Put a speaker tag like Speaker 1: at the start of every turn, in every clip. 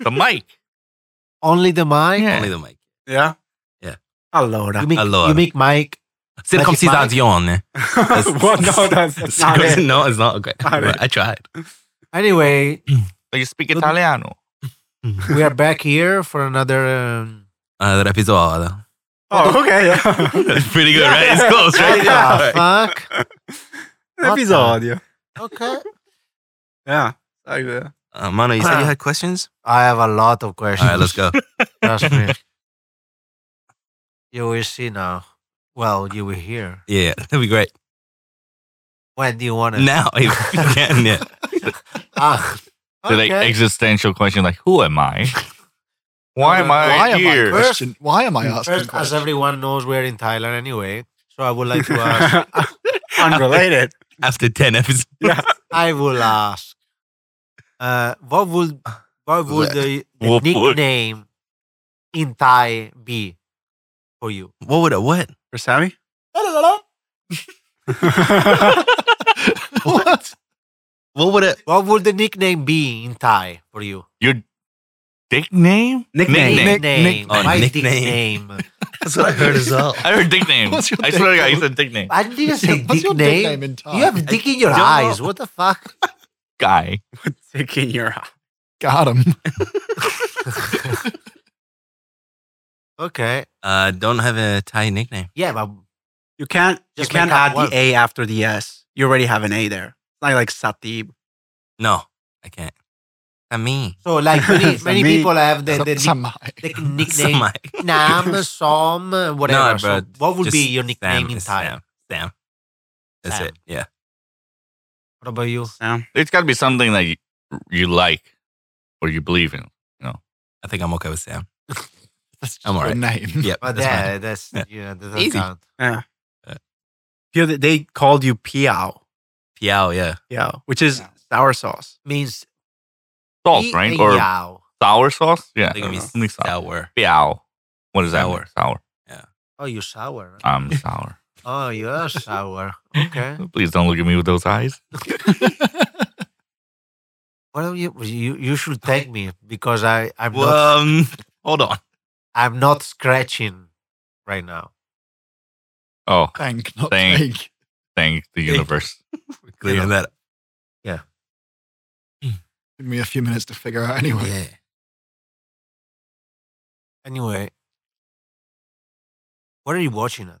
Speaker 1: the mic.
Speaker 2: Only the mic?
Speaker 1: Only the mic.
Speaker 3: Yeah.
Speaker 2: Allora. You make,
Speaker 1: Allora.
Speaker 2: You make mic.
Speaker 1: Circumcision.
Speaker 3: well, no, that's, that's not it.
Speaker 1: no, eh? it's not okay.
Speaker 3: Not it.
Speaker 1: I tried.
Speaker 2: Anyway,
Speaker 3: But you speak
Speaker 2: Good.
Speaker 3: Italiano.
Speaker 2: we are back here for another. Um,
Speaker 1: Another episode.
Speaker 3: Oh, okay. Yeah.
Speaker 1: That's pretty good, right? It's close, right?
Speaker 3: Yeah.
Speaker 1: Alright.
Speaker 2: Ah, fuck.
Speaker 3: Episodio.
Speaker 2: Okay.
Speaker 3: Yeah. Sorry, yeah.
Speaker 1: Uh, Mano, you said you had questions?
Speaker 2: I have a lot of questions.
Speaker 1: All right, let's go.
Speaker 2: Trust me. You will see now. Well, you will hear.
Speaker 1: Yeah, that'd be great.
Speaker 2: When do you want to?
Speaker 1: Now, if you can, yeah.
Speaker 2: Ah,
Speaker 4: The, like
Speaker 2: okay.
Speaker 4: existential question, like who am I? Why am I
Speaker 5: Why am I
Speaker 4: here?
Speaker 5: question? Why am I asking?
Speaker 2: First, as
Speaker 5: questions?
Speaker 2: everyone knows, we're in Thailand anyway. So I would like to ask.
Speaker 3: Unrelated.
Speaker 1: After 10 episodes.
Speaker 2: I will ask. Uh, what would what would the, the
Speaker 4: What would-
Speaker 2: nickname in Thai be for you?
Speaker 1: What would it, what?
Speaker 3: For Sammy?
Speaker 1: What? What would it?
Speaker 2: What would the nickname be in Thai for you?
Speaker 4: Your dick name?
Speaker 1: Nickname.
Speaker 4: Nickname.
Speaker 2: Nickname.
Speaker 1: Oh,
Speaker 2: My
Speaker 1: nickname.
Speaker 2: nickname.
Speaker 1: That's what I heard as well.
Speaker 4: I heard dick name. I
Speaker 5: What's your
Speaker 4: swear to God,
Speaker 5: nickname?
Speaker 4: you said dick name.
Speaker 2: I didn't say
Speaker 5: What's your nickname
Speaker 2: nickname.
Speaker 5: in Thai?
Speaker 2: You have dick in your
Speaker 1: don't know.
Speaker 2: eyes. What the fuck?
Speaker 4: Guy.
Speaker 3: Taking your eye.
Speaker 5: got him.
Speaker 2: Okay.
Speaker 1: Uh, don't have a Thai nickname.
Speaker 2: Yeah, but
Speaker 3: You can't
Speaker 2: Just
Speaker 3: you can't
Speaker 2: make up
Speaker 3: add
Speaker 2: one.
Speaker 3: the A after the S. You already have an A there. It's not like Satib.
Speaker 1: No, I can't. I mean,
Speaker 2: so like many,
Speaker 3: For
Speaker 2: many
Speaker 3: me,
Speaker 2: people have the,
Speaker 5: Some-
Speaker 2: the, nick-
Speaker 5: some-
Speaker 2: the
Speaker 1: Sam,
Speaker 2: nickname Nam, Som, whatever. so
Speaker 1: bro,
Speaker 2: what would be
Speaker 1: just
Speaker 2: your nickname
Speaker 1: Sam
Speaker 2: in
Speaker 1: is
Speaker 2: Thai?
Speaker 1: Sam. Sam. That's
Speaker 2: Sam.
Speaker 1: it. Yeah.
Speaker 2: What about you?
Speaker 3: Sam.
Speaker 4: It's got to be something that you, you like or you believe in.
Speaker 1: I think I'm okay with Sam.
Speaker 5: That's just
Speaker 1: I'm all
Speaker 5: your
Speaker 1: right.
Speaker 5: name.
Speaker 1: Yep.
Speaker 2: But
Speaker 1: that's fine.
Speaker 2: yeah, that's
Speaker 1: Yeah.
Speaker 2: yeah, that doesn't
Speaker 1: Easy.
Speaker 2: count.
Speaker 3: You know, They called you Piao.
Speaker 1: Piao, yeah.
Speaker 3: Piao, which is sour sauce.
Speaker 2: Means
Speaker 5: Oh,
Speaker 4: Salt,
Speaker 2: Yi
Speaker 3: uh,
Speaker 4: right?
Speaker 2: and
Speaker 4: Or
Speaker 2: Yao.
Speaker 4: sour sauce? Yeah.
Speaker 1: I think it means
Speaker 4: Something sour.
Speaker 1: sour.
Speaker 4: Biao. What is that?
Speaker 1: Sour.
Speaker 4: word? Sour.
Speaker 2: Oh, you sour.
Speaker 5: Ah.
Speaker 2: huh?
Speaker 4: I'm sour.
Speaker 2: Oh, you're sour. Okay.
Speaker 4: Please don't look at me with those eyes.
Speaker 2: Well, you you you should thank me because I I'm not
Speaker 1: Well, um, hold on.
Speaker 2: I'm not scratching right now.
Speaker 4: Oh,
Speaker 5: Thank, not
Speaker 4: Thank.
Speaker 5: thank.
Speaker 4: thank the
Speaker 1: Thank-
Speaker 4: universe.
Speaker 1: We're clearing that up.
Speaker 5: Give me a few minutes to figure out anyway.
Speaker 1: Yeah.
Speaker 2: Anyway, what are you watching at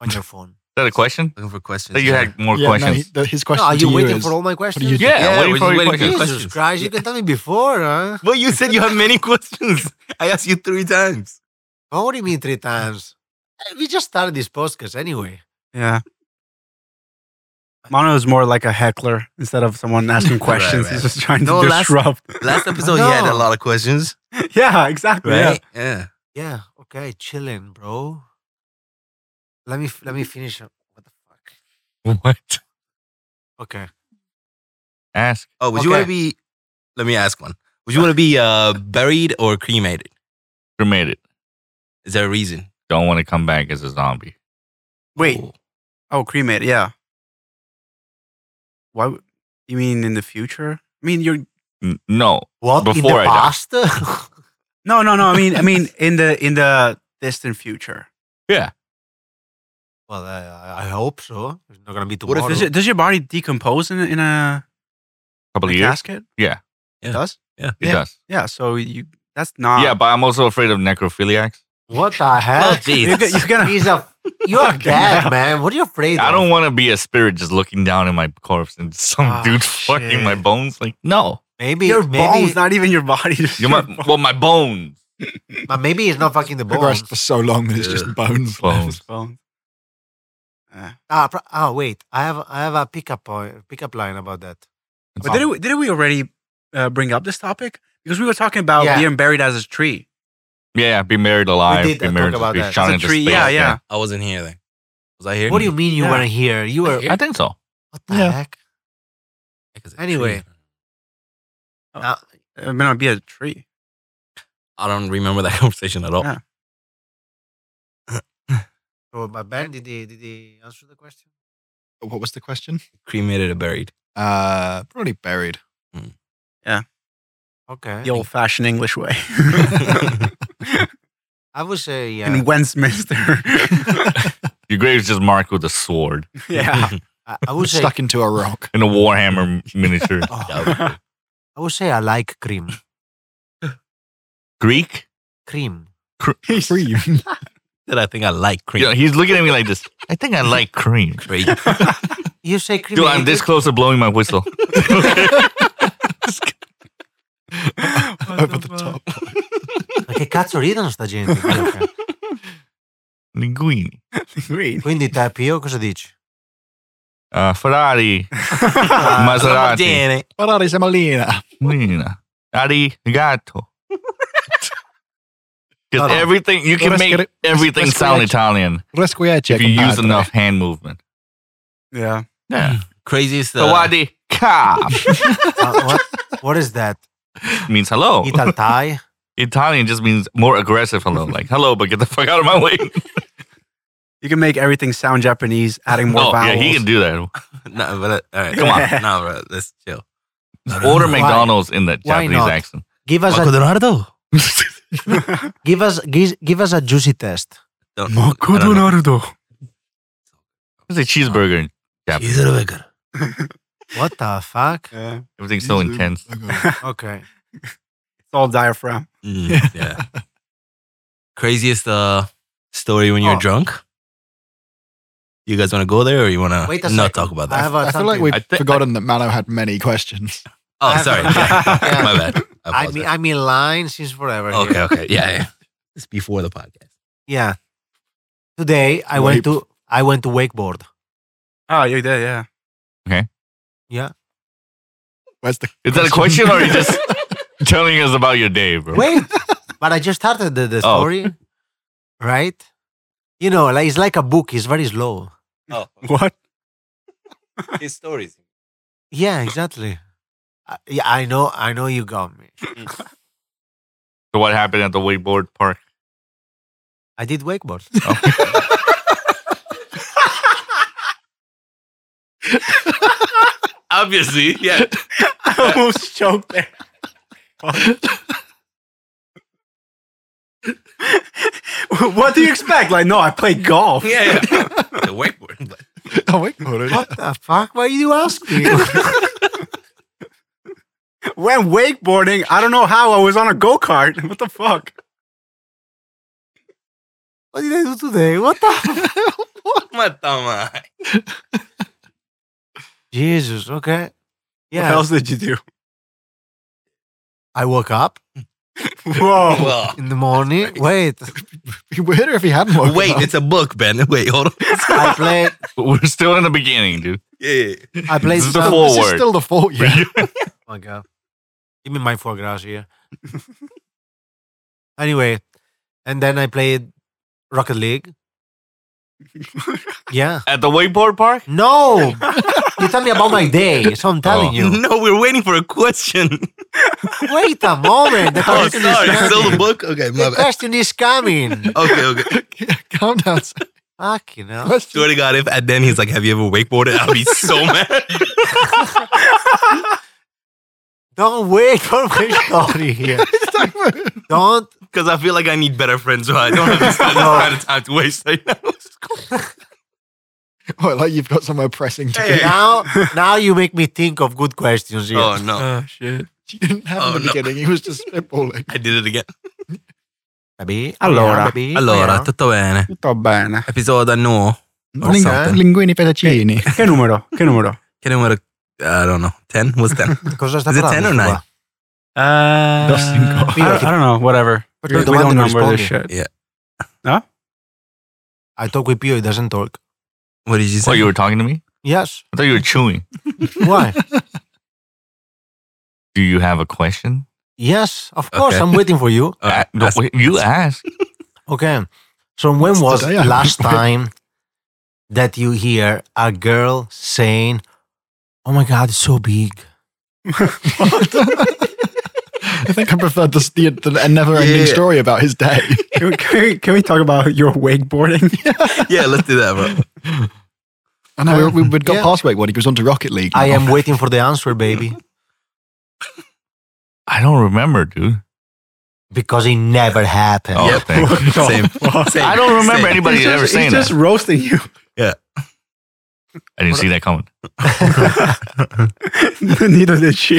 Speaker 2: on your phone?
Speaker 4: Is that a question?
Speaker 1: Looking for questions.
Speaker 4: That you
Speaker 1: yeah.
Speaker 4: had more
Speaker 5: Yeah, no, he-
Speaker 4: questions.
Speaker 5: the- his
Speaker 2: No,
Speaker 5: question
Speaker 2: are you
Speaker 5: to
Speaker 2: waiting
Speaker 5: is,
Speaker 2: for all my
Speaker 5: do
Speaker 2: questions?
Speaker 5: you-
Speaker 4: yeah,
Speaker 1: Yeah,
Speaker 4: waiting
Speaker 1: we're
Speaker 4: for
Speaker 1: just
Speaker 4: your
Speaker 1: waiting for
Speaker 4: question.
Speaker 2: Jesus
Speaker 1: questions.
Speaker 2: Christ! You can tell me before, huh?
Speaker 1: Well, you said you have many questions. I asked you three times.
Speaker 2: Oh, what do you mean three times? Eh, We just started this podcast anyway.
Speaker 3: Yeah. Mono is more like a heckler instead of someone asking questions.
Speaker 1: right.
Speaker 3: He's just trying
Speaker 1: No,
Speaker 3: to
Speaker 1: last-
Speaker 3: disrupt.
Speaker 1: Last episode, you had a
Speaker 2: No.
Speaker 1: lot of questions,
Speaker 3: yeah, exactly.
Speaker 1: right? Yeah.
Speaker 2: Yeah. Okay. Chilling, bro. Let me f- let me finish. up. What the fuck?
Speaker 4: What?
Speaker 2: Okay.
Speaker 4: Ask.
Speaker 1: Oh, would you want
Speaker 2: Okay.
Speaker 1: to be? Let me ask one. Would you want to be uh, buried or cremated?
Speaker 4: Cremated.
Speaker 1: Is there a reason?
Speaker 4: Don't want to come back as a zombie.
Speaker 3: Wait. Oh, cremated. Yeah. Why? would- You mean in the future? I mean, you're
Speaker 4: N- no.
Speaker 2: What in
Speaker 4: Before
Speaker 2: the
Speaker 4: I die.
Speaker 2: past?
Speaker 3: no, no, no. I mean, I mean, in the in the distant future.
Speaker 2: well, I, I hope so. It's not gonna
Speaker 1: What
Speaker 2: be
Speaker 1: if
Speaker 2: tomorrow.
Speaker 1: it's
Speaker 3: Does, your- does your body decompose in, a- in a,
Speaker 4: couple
Speaker 3: in a
Speaker 4: of years.
Speaker 3: casket?
Speaker 1: Yeah.
Speaker 3: It does.
Speaker 4: It
Speaker 3: Yeah.
Speaker 4: does.
Speaker 3: Yeah. So you. That's not.
Speaker 4: yeah, but I'm also afraid of necrophiliacs.
Speaker 2: what the hell?
Speaker 1: Oh, jeez.
Speaker 3: You're, go- you're gonna.
Speaker 2: He's a you're
Speaker 3: Fucking
Speaker 2: dead,
Speaker 3: hell.
Speaker 2: man. What are you afraid
Speaker 4: I
Speaker 2: of?
Speaker 4: don't want to be a spirit just looking down at my corpse and some
Speaker 3: Ah,
Speaker 4: dude fucking my
Speaker 3: shit.
Speaker 4: bones. Like, no.
Speaker 2: Maybe
Speaker 3: Your
Speaker 2: maybe,
Speaker 3: bones, not even your body. just
Speaker 4: You're
Speaker 3: your
Speaker 4: my, well, my bones.
Speaker 2: but maybe it's not fucking the bones.
Speaker 5: Progressed for so long that it's
Speaker 1: Yeah.
Speaker 5: just bones.
Speaker 4: Bones.
Speaker 3: bones. Uh,
Speaker 2: Ah, pro- ah, wait. I have I have a pickup point, pickup line about that.
Speaker 3: but didn't we, didn't we already uh, bring up this topic? Because we were talking about
Speaker 2: Yeah.
Speaker 3: being buried as a tree.
Speaker 4: Yeah, be married alive.
Speaker 2: did,
Speaker 4: be
Speaker 2: uh,
Speaker 4: married
Speaker 2: talk about
Speaker 4: be
Speaker 2: that.
Speaker 4: shot
Speaker 3: As a
Speaker 4: into
Speaker 3: tree,
Speaker 4: space,
Speaker 3: yeah, yeah.
Speaker 1: I wasn't here then. Was I here?
Speaker 2: What do you mean you
Speaker 3: Yeah.
Speaker 2: weren't here? You were.
Speaker 4: I think so.
Speaker 2: What the
Speaker 5: Yeah.
Speaker 2: heck?
Speaker 1: Because it-
Speaker 2: Anyway.
Speaker 3: It may not be a tree.
Speaker 1: I don't remember that conversation at all.
Speaker 3: Yeah.
Speaker 2: So, but Ben, did he did he answer the question?
Speaker 5: What was the question?
Speaker 1: Cremated or buried?
Speaker 5: Uh, probably buried.
Speaker 1: Mm.
Speaker 3: Yeah.
Speaker 2: Okay.
Speaker 3: the old fashioned English way
Speaker 2: I would say yeah.
Speaker 3: in Westminster.
Speaker 4: Your grave's just marked with a sword
Speaker 3: yeah.
Speaker 2: I, I would say
Speaker 5: stuck into a rock.
Speaker 4: and a Warhammer miniature.
Speaker 2: Oh,
Speaker 1: Yeah.
Speaker 2: I would say I like cream.
Speaker 4: Greek?
Speaker 2: Cream.
Speaker 5: Cream.
Speaker 1: That I think I like cream.
Speaker 4: Yeah, he's looking at me like this. I think I like cream.
Speaker 1: Great.
Speaker 2: You say cream.
Speaker 4: Dude,
Speaker 2: I
Speaker 4: I'm
Speaker 2: eat
Speaker 4: this
Speaker 2: it.
Speaker 4: close to blowing my whistle.
Speaker 5: Over the top.
Speaker 2: Ma che cazzo ridono sta gente? minchia?
Speaker 4: Linguini.
Speaker 3: Green.
Speaker 2: Quindi Tapio cosa dici?
Speaker 4: Uh, Ferrari.
Speaker 1: Ah,
Speaker 4: Maserati.
Speaker 1: Lamborghini.
Speaker 5: Ferrari semolina.
Speaker 4: Mina. Arigato.
Speaker 5: Hold on.
Speaker 4: Because everything, you can
Speaker 5: Let's get
Speaker 4: make
Speaker 5: it- let's-
Speaker 4: everything
Speaker 5: let's
Speaker 4: sound
Speaker 5: correct-
Speaker 4: Italian
Speaker 5: Resquiece.
Speaker 4: if you use
Speaker 5: compadre.
Speaker 4: enough hand movement.
Speaker 3: Yeah.
Speaker 4: Yeah.
Speaker 1: Craziest. Uh,
Speaker 4: Sawadi ka
Speaker 2: Uh, what, what is that?
Speaker 4: means hello.
Speaker 2: Ital Thai?
Speaker 4: Italian just means more aggressive hello. Like, hello, but get the fuck out of my way.
Speaker 3: You can make everything sound Japanese, adding more
Speaker 4: Oh, yeah,
Speaker 3: vowels.
Speaker 4: he can do that.
Speaker 1: no, but, uh, all right.
Speaker 4: Come
Speaker 3: on.
Speaker 1: no, bro. Let's chill.
Speaker 4: Just order
Speaker 2: Why?
Speaker 4: McDonald's in that
Speaker 2: Why
Speaker 4: Japanese
Speaker 2: not?
Speaker 4: accent.
Speaker 2: Give us, a,
Speaker 1: Leonardo.
Speaker 2: give, us, give, give us a juicy test.
Speaker 1: Don't, I don't know.
Speaker 4: It's a cheeseburger in Japan.
Speaker 1: He's a beggar.
Speaker 2: What the fuck?
Speaker 3: Yeah.
Speaker 4: Everything's so intense.
Speaker 5: Oh,
Speaker 2: Okay.
Speaker 3: It's all diaphragm.
Speaker 1: Mm, yeah. Craziest uh, story when you're
Speaker 2: Oh.
Speaker 1: drunk. You guys want to go there, or you want to
Speaker 2: Wait a
Speaker 1: not
Speaker 2: second.
Speaker 1: talk about
Speaker 2: I
Speaker 1: that?
Speaker 2: have a
Speaker 5: I feel like
Speaker 2: something-
Speaker 5: we've
Speaker 4: I thi-
Speaker 5: forgotten that Mano had many questions.
Speaker 1: oh,
Speaker 2: have-
Speaker 1: sorry.
Speaker 2: Yeah.
Speaker 1: My bad.
Speaker 2: I mean, I'm in line since forever. here.
Speaker 1: okay, okay, yeah, yeah. It's before the podcast.
Speaker 2: Yeah. Today I went to I went to wakeboard.
Speaker 3: Oh, you did, yeah.
Speaker 5: Where's the
Speaker 4: Is that a question or are you just telling us about your day, bro?
Speaker 2: Wait, but I just started the, the
Speaker 4: Oh.
Speaker 2: story, right? You know, like it's like a book. It's very slow.
Speaker 1: Oh,
Speaker 3: What?
Speaker 1: his stories.
Speaker 2: Yeah, exactly. I, yeah, I know. I know you got me.
Speaker 4: So what happened at the wakeboard park?
Speaker 2: I did wakeboard.
Speaker 1: Obviously, yeah.
Speaker 3: I almost choked there. what do you expect? Like, no, I play golf.
Speaker 1: Yeah, yeah. the wakeboard. but-
Speaker 5: oh, wait, hold on.
Speaker 2: what the fuck? Why you ask me?
Speaker 3: Went wakeboarding. I don't know how. I was on a go kart. What the fuck?
Speaker 2: what did I do today? What the?
Speaker 1: Matama.
Speaker 2: Jesus. Okay. Yeah.
Speaker 3: What else did you do?
Speaker 2: I woke up
Speaker 3: Whoa.
Speaker 1: Well,
Speaker 2: in the morning.
Speaker 1: crazy.
Speaker 2: Wait.
Speaker 5: It'd be weirder if he hadn't woken
Speaker 1: wait,
Speaker 5: up.
Speaker 1: it's a book, Ben. Wait, hold on.
Speaker 2: I played.
Speaker 4: We're still in the beginning, dude.
Speaker 1: Yeah, yeah.
Speaker 2: I played.
Speaker 4: This is the
Speaker 2: some-
Speaker 4: full-
Speaker 5: This is
Speaker 4: forward.
Speaker 5: still the fault, yeah.
Speaker 2: Oh my god. Give me my foie gras here. anyway, and then I played Rocket League. yeah.
Speaker 4: At the wakeboard park?
Speaker 2: No. you tell me about my day, so I'm telling
Speaker 4: Oh.
Speaker 2: you.
Speaker 1: No, we're waiting for a question.
Speaker 2: Wait a moment. The
Speaker 1: Oh,
Speaker 2: question,
Speaker 1: sorry.
Speaker 2: is,
Speaker 1: Still the
Speaker 2: coming.
Speaker 1: book? Okay, my
Speaker 2: the
Speaker 1: bad.
Speaker 2: question is coming.
Speaker 1: Okay, okay.
Speaker 5: Calm down.
Speaker 2: Fuck you know.
Speaker 5: Question.
Speaker 1: Swear to God, if at then he's like, "Have you ever wakeboarded?" I'll be so mad.
Speaker 2: Don't wait for my story here. Don't
Speaker 1: Because I feel like I need better friends, so I don't have this kind of-
Speaker 2: No.
Speaker 1: kind of time to waste right now.
Speaker 5: Well, Oh, like you've got somewhere pressing to
Speaker 1: Hey.
Speaker 5: be.
Speaker 2: now now you make me think of good questions here.
Speaker 1: Oh no,
Speaker 3: Oh, shit.
Speaker 5: You didn't have
Speaker 1: Oh,
Speaker 5: in the
Speaker 1: no.
Speaker 5: beginning. He was just spitballing.
Speaker 1: I did it again.
Speaker 2: Baby,
Speaker 3: Allora,
Speaker 2: baby,
Speaker 1: Allora,
Speaker 2: yeah.
Speaker 1: tutto bene.
Speaker 3: Tutto bene.
Speaker 1: Episodio nuovo. Or
Speaker 5: Ling-
Speaker 1: something.
Speaker 5: uh, linguini fettuccini.
Speaker 3: Che numero? Che numero?
Speaker 1: Che numero? I don't know. Ten? What's ten?
Speaker 2: cosa sta
Speaker 1: Is it 10
Speaker 2: parlando
Speaker 1: or
Speaker 2: sto qua?
Speaker 1: 9?
Speaker 3: Uh,
Speaker 5: Dos cinco.
Speaker 3: I, don't, I don't know. Whatever.
Speaker 2: But
Speaker 3: We, we
Speaker 2: you're the one
Speaker 3: don't
Speaker 2: that
Speaker 3: number this
Speaker 2: responded.
Speaker 3: shit.
Speaker 2: I talk with Pio, he doesn't talk.
Speaker 1: What did you say?
Speaker 4: Oh, you were talking to me?
Speaker 2: Yes.
Speaker 4: I thought you were chewing.
Speaker 2: Why?
Speaker 4: Do you have a question?
Speaker 2: yes, of course.
Speaker 1: Okay.
Speaker 2: I'm waiting for you.
Speaker 1: All right,
Speaker 4: Uh, no,
Speaker 1: ask-
Speaker 4: wait, you asked.
Speaker 2: Okay. So when
Speaker 5: It's
Speaker 2: was
Speaker 5: today, I
Speaker 2: last
Speaker 5: hope.
Speaker 2: time that you hear a girl saying, "Oh my God, it's so big"?
Speaker 5: I think I preferred the, the, the never-ending
Speaker 1: Yeah.
Speaker 5: story about his day.
Speaker 3: Can we, can, we, can we talk about your wakeboarding?
Speaker 1: yeah, let's do that, bro.
Speaker 5: I know we, we, we'd got
Speaker 2: Yeah.
Speaker 5: past Wake One. He was on to Rocket League.
Speaker 2: I am
Speaker 5: now.
Speaker 2: waiting for the answer, baby.
Speaker 4: I don't remember, dude.
Speaker 2: because it never happened.
Speaker 4: Oh, thank you.
Speaker 1: Same. Same.
Speaker 4: I don't remember
Speaker 1: Same.
Speaker 4: anybody
Speaker 3: He's
Speaker 4: ever
Speaker 3: just,
Speaker 4: saying
Speaker 3: he's
Speaker 4: that.
Speaker 3: just roasting you.
Speaker 4: I didn't see that coming.
Speaker 3: Neither did she.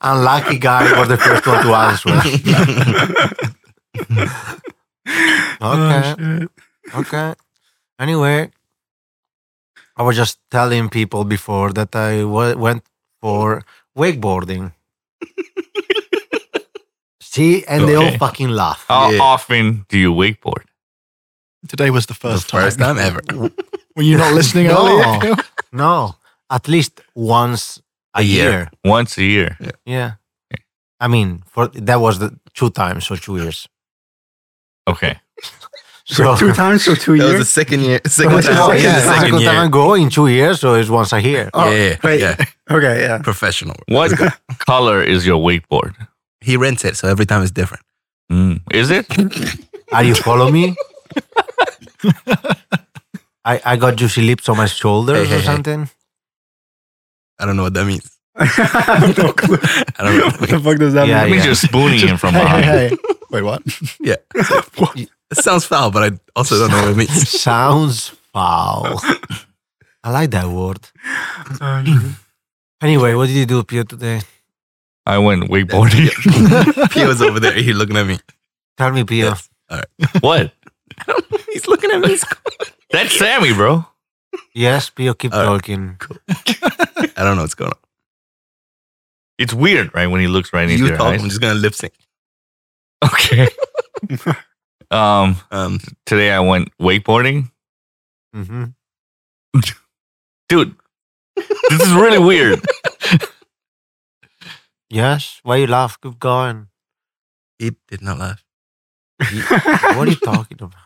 Speaker 2: Unlucky guy was the first one to answer. okay,
Speaker 3: Oh, shit.
Speaker 2: okay. Anyway, I was just telling people before that I wa- went for wakeboarding. See, and they all
Speaker 4: Okay. Oh.
Speaker 2: fucking laugh.
Speaker 4: How
Speaker 1: Yeah.
Speaker 4: often do you wakeboard?
Speaker 5: Today was the first
Speaker 1: the first time ever.
Speaker 5: Were you not listening
Speaker 2: No.
Speaker 5: earlier?
Speaker 2: No, at least once a,
Speaker 1: A year.
Speaker 2: year.
Speaker 4: Once a year.
Speaker 2: Yeah. I mean, for that was the two times, so two years.
Speaker 4: Okay.
Speaker 2: So
Speaker 3: two times or two
Speaker 1: That was the
Speaker 3: years.
Speaker 1: second year. Second
Speaker 3: was the
Speaker 1: time.
Speaker 2: Oh,
Speaker 3: second
Speaker 1: yeah, the
Speaker 2: yeah, the
Speaker 1: second
Speaker 2: second time
Speaker 1: year.
Speaker 2: I go in two years, so it's once a year.
Speaker 3: Oh,
Speaker 1: yeah, yeah,
Speaker 3: wait.
Speaker 1: yeah.
Speaker 3: Okay, yeah.
Speaker 1: Professional.
Speaker 4: What color is your wakeboard?
Speaker 1: He rents it, so every time it's different.
Speaker 4: Mm. Is it?
Speaker 2: Are you follow me? I, I got juicy lips on my shoulders
Speaker 1: Hey, hey,
Speaker 2: or
Speaker 1: hey.
Speaker 2: something.
Speaker 1: I don't know what that means.
Speaker 3: no clue.
Speaker 1: I don't know what that
Speaker 3: What the
Speaker 1: means.
Speaker 3: fuck does that
Speaker 2: Yeah,
Speaker 4: That
Speaker 3: mean?
Speaker 4: means
Speaker 2: yeah.
Speaker 4: you're spooning him from
Speaker 5: hey,
Speaker 4: behind.
Speaker 5: hey, hey. Wait, what?
Speaker 3: What?
Speaker 1: It sounds foul, but I also don't know what it means.
Speaker 2: Sounds foul. I like that word.
Speaker 3: Oh, shit.
Speaker 2: Anyway, what did you do, Pio, today?
Speaker 4: I went wakeboarding.
Speaker 1: Pio's over there. He's looking at me.
Speaker 2: Tell me, Pio.
Speaker 1: Yes.
Speaker 4: what?
Speaker 1: He's looking at me.
Speaker 4: That's Sammy, bro.
Speaker 2: Yes, Pio, keep
Speaker 1: Alright.
Speaker 2: talking.
Speaker 1: I don't know what's going on.
Speaker 4: It's weird, right? When he looks right into
Speaker 1: You
Speaker 4: your
Speaker 1: talk.
Speaker 4: eyes.
Speaker 1: I'm just gonna lip sync.
Speaker 4: Okay. um,
Speaker 1: Um,
Speaker 4: today I went wakeboarding.
Speaker 2: hmm
Speaker 4: Dude, this is really weird.
Speaker 2: Yes, why you laugh? Keep going.
Speaker 1: he did not laugh.
Speaker 2: What are you talking about?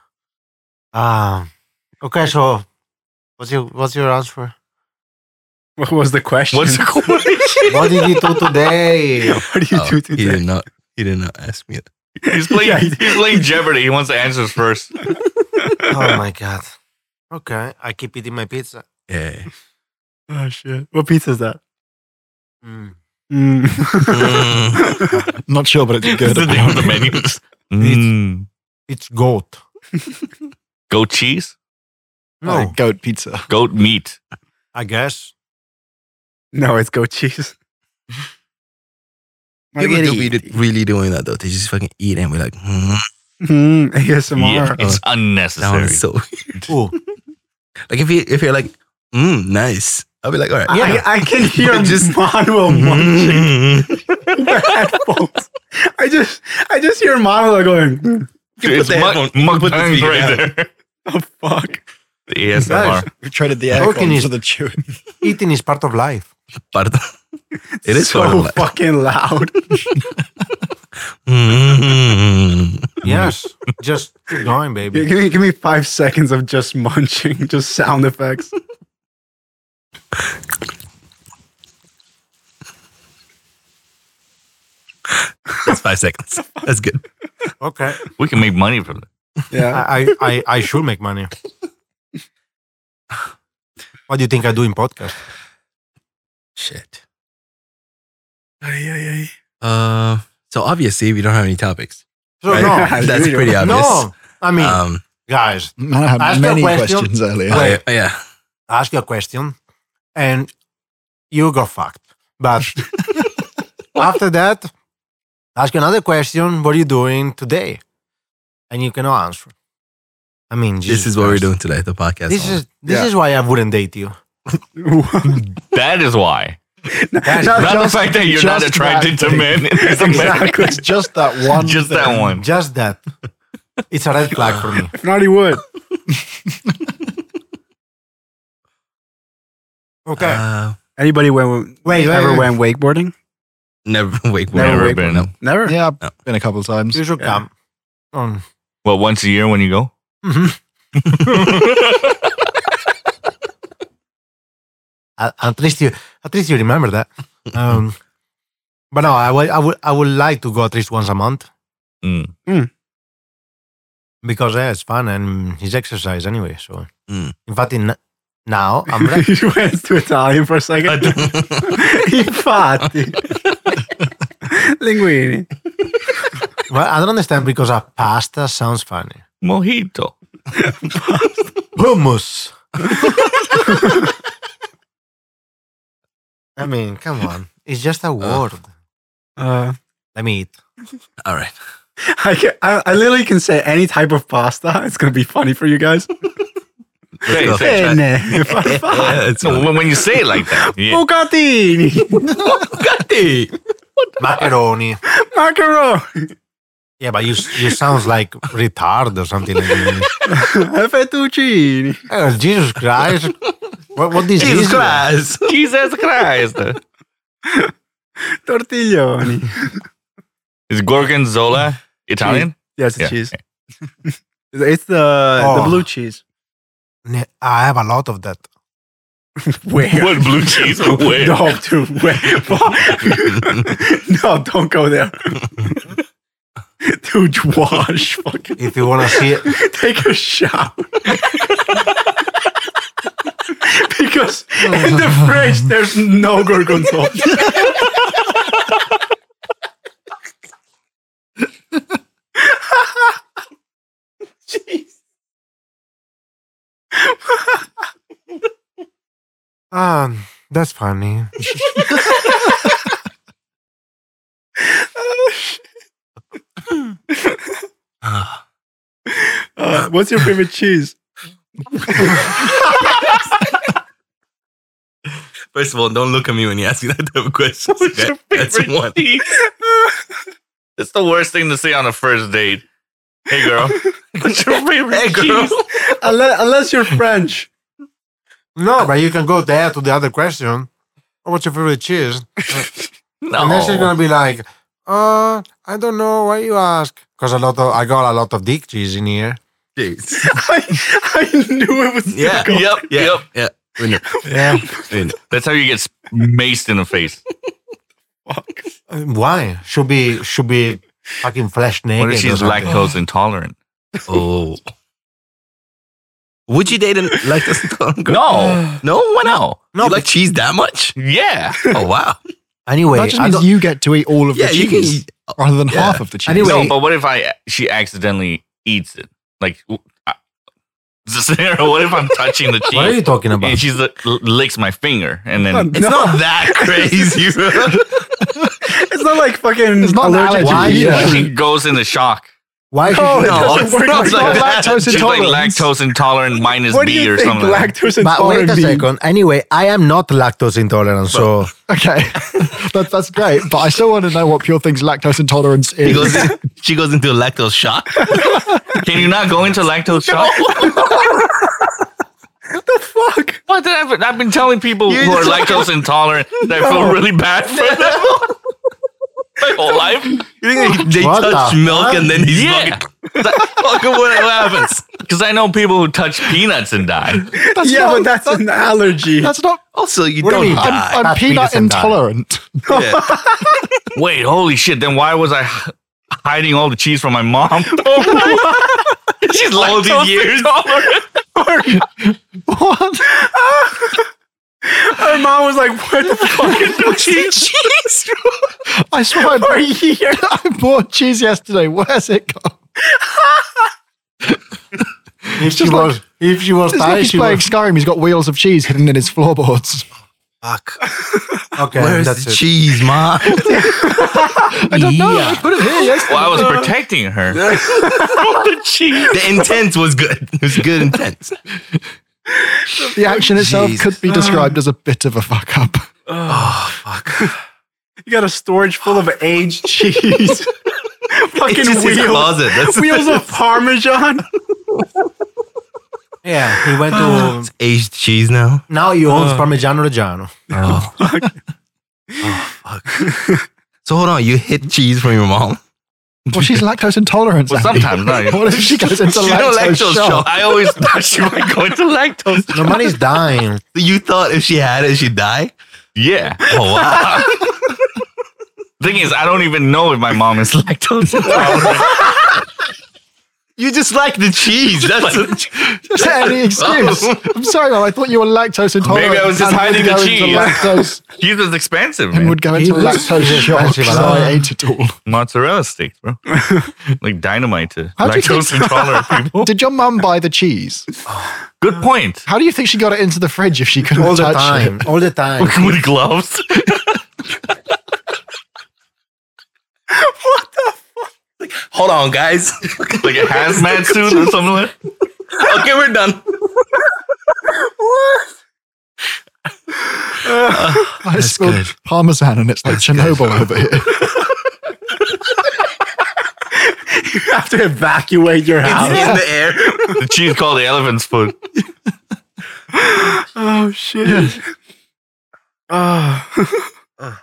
Speaker 2: Um, okay, so what's your what's your answer?
Speaker 3: What was the question?
Speaker 4: What's the question?
Speaker 2: What did you do today?
Speaker 3: what do you
Speaker 1: Oh,
Speaker 3: do
Speaker 1: he
Speaker 3: today?
Speaker 1: did not. He did not ask me. That.
Speaker 4: He's playing,
Speaker 3: Yeah, he
Speaker 4: he's playing Jeopardy. He wants the answers first.
Speaker 2: Oh my god. Okay, I keep eating my pizza.
Speaker 1: Yeah.
Speaker 3: Oh shit! What pizza is that?
Speaker 2: Mm.
Speaker 3: Mm.
Speaker 1: Mm.
Speaker 5: Not sure, but it's
Speaker 4: That's
Speaker 5: good.
Speaker 4: the name of the menu. Mm.
Speaker 2: It's goat.
Speaker 4: Goat cheese,
Speaker 2: No,
Speaker 5: Uh, goat pizza.
Speaker 4: goat meat.
Speaker 2: I guess.
Speaker 3: no, it's goat cheese.
Speaker 1: People do be d- really doing that though. They just fucking eat and we're like, mm,
Speaker 3: Mm, ASMR.
Speaker 4: Yeah, it's
Speaker 1: that one
Speaker 4: unnecessary.
Speaker 1: is so.
Speaker 2: Oh,
Speaker 1: Like if you if you're like, mm, nice. I'll be like, all right.
Speaker 3: I, I can hear
Speaker 1: Just-
Speaker 3: just Manuel munching
Speaker 1: Mm.
Speaker 3: the headphones. I just, I just hear Manuel going, "Mm,
Speaker 1: You put
Speaker 4: it's
Speaker 1: the
Speaker 4: mug,
Speaker 1: headphone- you
Speaker 4: mug
Speaker 1: put the
Speaker 4: right
Speaker 1: speaker down.
Speaker 4: there.
Speaker 3: "Oh fuck!"
Speaker 4: The ASMR.
Speaker 5: We traded the
Speaker 2: How can
Speaker 5: aircon
Speaker 2: you-
Speaker 5: for the chewing.
Speaker 2: eating is part of life.
Speaker 1: Pardon. It is part
Speaker 3: so
Speaker 1: of life.
Speaker 3: fucking loud.
Speaker 1: Mm.
Speaker 2: Yes, just keep going,
Speaker 3: Yeah,
Speaker 2: baby.
Speaker 3: give me, give me five seconds of just munching, just sound effects.
Speaker 1: That's five seconds. That's good.
Speaker 2: Okay,
Speaker 4: We can make money from that.
Speaker 3: Yeah.
Speaker 2: I, I, I, I should make money. What do you think I do in podcast?
Speaker 1: Shit.
Speaker 3: Ay, ay, ay.
Speaker 1: Uh, so obviously we don't have any topics.
Speaker 2: So
Speaker 1: Right.
Speaker 2: no,
Speaker 1: That's
Speaker 3: Really?
Speaker 1: pretty obvious.
Speaker 2: no. I mean,
Speaker 1: Um,
Speaker 2: guys,
Speaker 5: Man, I had
Speaker 2: Ask your
Speaker 5: many
Speaker 2: question.
Speaker 5: questions earlier.
Speaker 2: Wait.
Speaker 1: I- yeah.
Speaker 2: ask you a question, and you got fucked. But after that, ask another question. What are you doing today? And you cannot answer. I mean,
Speaker 1: This
Speaker 2: Jesus
Speaker 1: is what we're
Speaker 2: Christ.
Speaker 1: doing today, the podcast.
Speaker 2: This is this
Speaker 3: Yeah.
Speaker 2: is why I wouldn't date you.
Speaker 4: That is why.
Speaker 5: Not
Speaker 4: Not the
Speaker 5: just-
Speaker 4: fact that you're not
Speaker 5: just
Speaker 4: attracted
Speaker 5: that
Speaker 4: to men. It's a man.
Speaker 5: Exactly. It's just that one.
Speaker 4: Just that
Speaker 5: thing.
Speaker 4: one.
Speaker 2: Just that. It's a red flag for me.
Speaker 3: If not, he would.
Speaker 2: Okay.
Speaker 1: Uh,
Speaker 3: Anybody went,
Speaker 2: Wait, wait,
Speaker 3: ever
Speaker 2: wait.
Speaker 3: went wakeboarding?
Speaker 1: never wakeboarding.
Speaker 4: Never
Speaker 3: wakeboarding.
Speaker 4: been.
Speaker 1: No.
Speaker 3: Never.
Speaker 5: Yeah, I've
Speaker 1: No.
Speaker 5: been a couple of times.
Speaker 2: you should
Speaker 3: Yeah.
Speaker 2: come. Um,
Speaker 4: Well, once a year when you go?
Speaker 2: mhm. at, at least you at least you remember that. Um, but no, I would I would I would like to go at least once a month
Speaker 4: Mm.
Speaker 2: because yeah, it's fun and it's exercise anyway. So
Speaker 1: Mm.
Speaker 2: in fact, in, now I'm re-
Speaker 3: you went to Italian for a second.
Speaker 2: Infatti.
Speaker 3: Linguini.
Speaker 2: Well, I don't understand because a pasta sounds funny.
Speaker 4: Mojito.
Speaker 2: Hummus. I mean, come on. It's just a word.
Speaker 3: Uh,
Speaker 2: Let me eat.
Speaker 1: All right.
Speaker 3: I, can, I I literally can say any type of pasta. It's gonna be funny for you guys.
Speaker 1: Let's go.
Speaker 4: Hey,
Speaker 1: Try-
Speaker 3: Penne, fa- fa-
Speaker 1: Yeah, it's
Speaker 4: No, when, when you say it like that,
Speaker 3: Oh,
Speaker 4: yeah,
Speaker 3: Bucatini,
Speaker 1: Bugatti.
Speaker 2: Macaroni.
Speaker 3: macaroni,
Speaker 2: Yeah, but you you sounds like retard or something like that.
Speaker 3: fettuccini.
Speaker 2: Oh, Jesus Christ. What, what disease?
Speaker 1: Jesus
Speaker 2: is that?
Speaker 1: Christ.
Speaker 4: Jesus Christ,
Speaker 3: Tortiglioni.
Speaker 4: is gorgonzola Italian?
Speaker 3: Yes,
Speaker 4: Yeah.
Speaker 3: cheese. It's the the
Speaker 2: Oh.
Speaker 3: blue cheese.
Speaker 2: Ne- I have a lot of that.
Speaker 3: Where?
Speaker 4: What blue cheese? Where?
Speaker 3: No, dude, where? no, don't go there. Dude, wash. Fucking
Speaker 2: If you want to see
Speaker 3: take a shower. because in the fridge, there's no gorgonzola. Jeez.
Speaker 2: Um, that's funny.
Speaker 1: Ah.
Speaker 3: Uh, what's your favorite cheese?
Speaker 1: First of all, don't look at me when you ask me that type of questions.
Speaker 4: What's
Speaker 1: okay?
Speaker 4: your
Speaker 1: That's
Speaker 4: favorite
Speaker 1: one.
Speaker 4: cheese? That's the worst thing to say on a first date. Hey, girl. What's your favorite
Speaker 1: Hey, girl.
Speaker 4: cheese?
Speaker 3: unless, unless you're French.
Speaker 2: No, but you can go there to the other question. Oh, What's your favorite cheese?
Speaker 4: No.
Speaker 2: And then she's gonna be like, "Uh, I don't know why you ask." Because a lot of I got a lot of dick cheese in here.
Speaker 1: Jeez.
Speaker 3: I, I knew it was
Speaker 1: Yeah.
Speaker 3: difficult.
Speaker 4: Yep,
Speaker 1: Yeah.
Speaker 4: yep.
Speaker 1: Yeah. Winner.
Speaker 2: Yeah.
Speaker 1: Winner.
Speaker 4: That's how you get maced in the face.
Speaker 2: why? Should be should be fucking flesh naked.
Speaker 4: What if
Speaker 2: or
Speaker 4: she's uh,
Speaker 2: something.
Speaker 4: lactose intolerant?
Speaker 1: Oh. Would you date an lactose intolerant girl?
Speaker 4: No.
Speaker 1: No. Why not?
Speaker 4: No.
Speaker 1: No, you like cheese that much?
Speaker 4: Yeah.
Speaker 1: Oh wow.
Speaker 2: Anyway,
Speaker 5: that just
Speaker 2: I
Speaker 5: means
Speaker 2: don't,
Speaker 5: you get to eat all of
Speaker 1: yeah,
Speaker 5: the
Speaker 1: you can.
Speaker 5: cheese
Speaker 1: eat-
Speaker 5: rather than
Speaker 1: Yeah.
Speaker 5: half of the cheese.
Speaker 2: Anyway-
Speaker 4: No, but what if I she accidentally eats it? Like, w- I- the scenario. What if I'm touching the
Speaker 2: what are you
Speaker 4: cheese
Speaker 2: talking
Speaker 4: and
Speaker 2: about?
Speaker 4: she licks my finger and then
Speaker 3: Um,
Speaker 1: It's not that crazy. bro.
Speaker 3: It's not like fucking
Speaker 5: It's not an
Speaker 3: allergic
Speaker 5: allergy.
Speaker 2: Why
Speaker 3: to
Speaker 2: you-
Speaker 3: cheese.
Speaker 4: she goes into shock?
Speaker 2: Why?
Speaker 3: No,
Speaker 2: should-
Speaker 1: no,
Speaker 3: it
Speaker 1: it's
Speaker 3: doesn't work
Speaker 1: not
Speaker 3: like
Speaker 1: like that.
Speaker 3: that.
Speaker 5: lactose
Speaker 4: She's like
Speaker 5: intolerance.
Speaker 4: lactose intolerant minus
Speaker 3: What do
Speaker 4: B
Speaker 3: you
Speaker 4: or
Speaker 3: think
Speaker 4: something. like that.
Speaker 3: lactose
Speaker 2: But wait
Speaker 3: intolerant
Speaker 2: a
Speaker 3: means?
Speaker 2: second. Anyway, I am not lactose intolerant, so
Speaker 5: Okay, that, that's great, but I still want to know what Pure Things lactose intolerance
Speaker 1: She
Speaker 5: is.
Speaker 1: goes, she goes into a lactose shock.
Speaker 4: Can you not go into lactose shock?
Speaker 3: What the fuck?
Speaker 4: What the I've, I've been telling people
Speaker 1: You
Speaker 4: who are
Speaker 1: just-
Speaker 4: lactose intolerant that I feel really bad for them my whole life.
Speaker 1: You think they, they
Speaker 2: What the
Speaker 1: touch milk and then he's
Speaker 4: Yeah.
Speaker 1: fucking. Look at what happens.
Speaker 4: Because I know people who touch peanuts and die.
Speaker 5: That's
Speaker 3: yeah,
Speaker 5: not-
Speaker 3: but that's an allergy.
Speaker 5: that's not.
Speaker 1: Also, you
Speaker 2: What do
Speaker 1: don't
Speaker 2: you mean?
Speaker 1: die.
Speaker 5: I'm
Speaker 2: That's
Speaker 5: peanut
Speaker 2: penis and dye.
Speaker 5: intolerant.
Speaker 1: Yeah.
Speaker 4: Wait, holy shit! Then why was I h- hiding all the cheese from my mom? She's all these years.
Speaker 5: What?
Speaker 3: Her mom was like, "Where the fuck is the cheese?"
Speaker 5: I swear I bought, I bought cheese yesterday. Where's it gone?
Speaker 2: if she
Speaker 5: just like-
Speaker 2: was if she was
Speaker 5: It's like
Speaker 2: Thai,
Speaker 5: he's
Speaker 2: she
Speaker 5: playing
Speaker 2: was
Speaker 5: Skyrim. He's got wheels of cheese hidden in his floorboards.
Speaker 1: Fuck.
Speaker 2: okay.
Speaker 1: Where's
Speaker 2: that's
Speaker 1: the
Speaker 2: it.
Speaker 1: cheese, ma?
Speaker 5: I don't know.
Speaker 1: Yeah.
Speaker 5: I put it here yesterday.
Speaker 4: Well, I was protecting her. the cheese.
Speaker 1: The intent was good. It was good intent.
Speaker 5: The action itself
Speaker 1: Jesus.
Speaker 5: could be described as a bit of a fuck up.
Speaker 1: Oh fuck!
Speaker 3: You got a storage full of aged cheese.
Speaker 1: It's
Speaker 3: fucking
Speaker 1: just his
Speaker 3: wheels,
Speaker 1: closet. That's
Speaker 3: wheels of parmesan.
Speaker 2: Yeah, he went to.
Speaker 1: aged cheese now.
Speaker 2: now he owns Parmigiano Reggiano.
Speaker 1: Oh. oh fuck! So hold on, you hid cheese from your mom.
Speaker 5: Well, she's lactose intolerant.
Speaker 4: Well,
Speaker 5: Andy.
Speaker 4: sometimes, no.
Speaker 5: What if she goes into
Speaker 4: She
Speaker 5: lactose,
Speaker 4: don't lactose
Speaker 5: shock?
Speaker 4: shock. I always thought she might go into lactose.
Speaker 2: No, man is dying.
Speaker 1: You thought if she had it, she'd die.
Speaker 4: Yeah.
Speaker 1: Oh wow!
Speaker 4: Thing is, I don't even know if my mom is lactose intolerant. You just like the cheese. That's a,
Speaker 5: Just any excuse. I'm sorry, Mom. I thought you were lactose intolerant.
Speaker 4: Maybe I was just
Speaker 5: and would
Speaker 4: hiding the
Speaker 5: go into
Speaker 4: cheese.
Speaker 5: Lactose
Speaker 4: cheese was expensive,
Speaker 5: and
Speaker 4: man.
Speaker 5: would go into
Speaker 2: He was-
Speaker 5: lactose
Speaker 2: he was
Speaker 5: shock.
Speaker 2: expensive,
Speaker 5: So
Speaker 2: huh?
Speaker 5: I ate it all.
Speaker 4: Mozzarella sticks, bro. like dynamite to
Speaker 5: How do you
Speaker 4: lactose
Speaker 5: think-
Speaker 4: intolerant people.
Speaker 5: Did your mum buy the cheese?
Speaker 4: Good point.
Speaker 5: How do you think she got it into the fridge if she couldn't
Speaker 2: all the
Speaker 5: touch
Speaker 2: time,
Speaker 5: it?
Speaker 2: all the time.
Speaker 4: With gloves.
Speaker 1: Hold on, guys.
Speaker 4: like a hazmat suit or something like that.
Speaker 1: okay, we're done.
Speaker 5: I spilled parmesan and it's like Chernobyl over here.
Speaker 2: You have to evacuate your house.
Speaker 1: in the air.
Speaker 4: The cheese called the elephant's foot.
Speaker 2: Oh shit! Oh.
Speaker 5: Ah.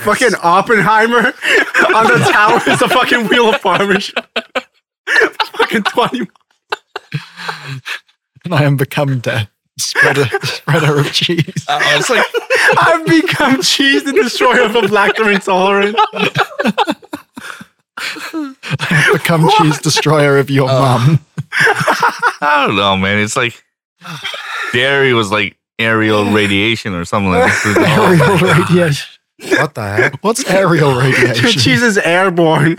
Speaker 2: fucking Oppenheimer on the tower is a fucking wheel of Parmesan. fucking twenty.
Speaker 5: And I am become death. Spreader, spreader of cheese.
Speaker 4: I was like,
Speaker 2: I've become cheese and destroyer of a lactose intolerant.
Speaker 5: I have become cheese destroyer of your mum.
Speaker 4: I don't know, man. It's like dairy was like aerial radiation or something like that.
Speaker 5: Aerial radiation.
Speaker 2: What the heck?
Speaker 5: What's aerial
Speaker 2: Your
Speaker 5: radiation?
Speaker 2: cheese is airborne.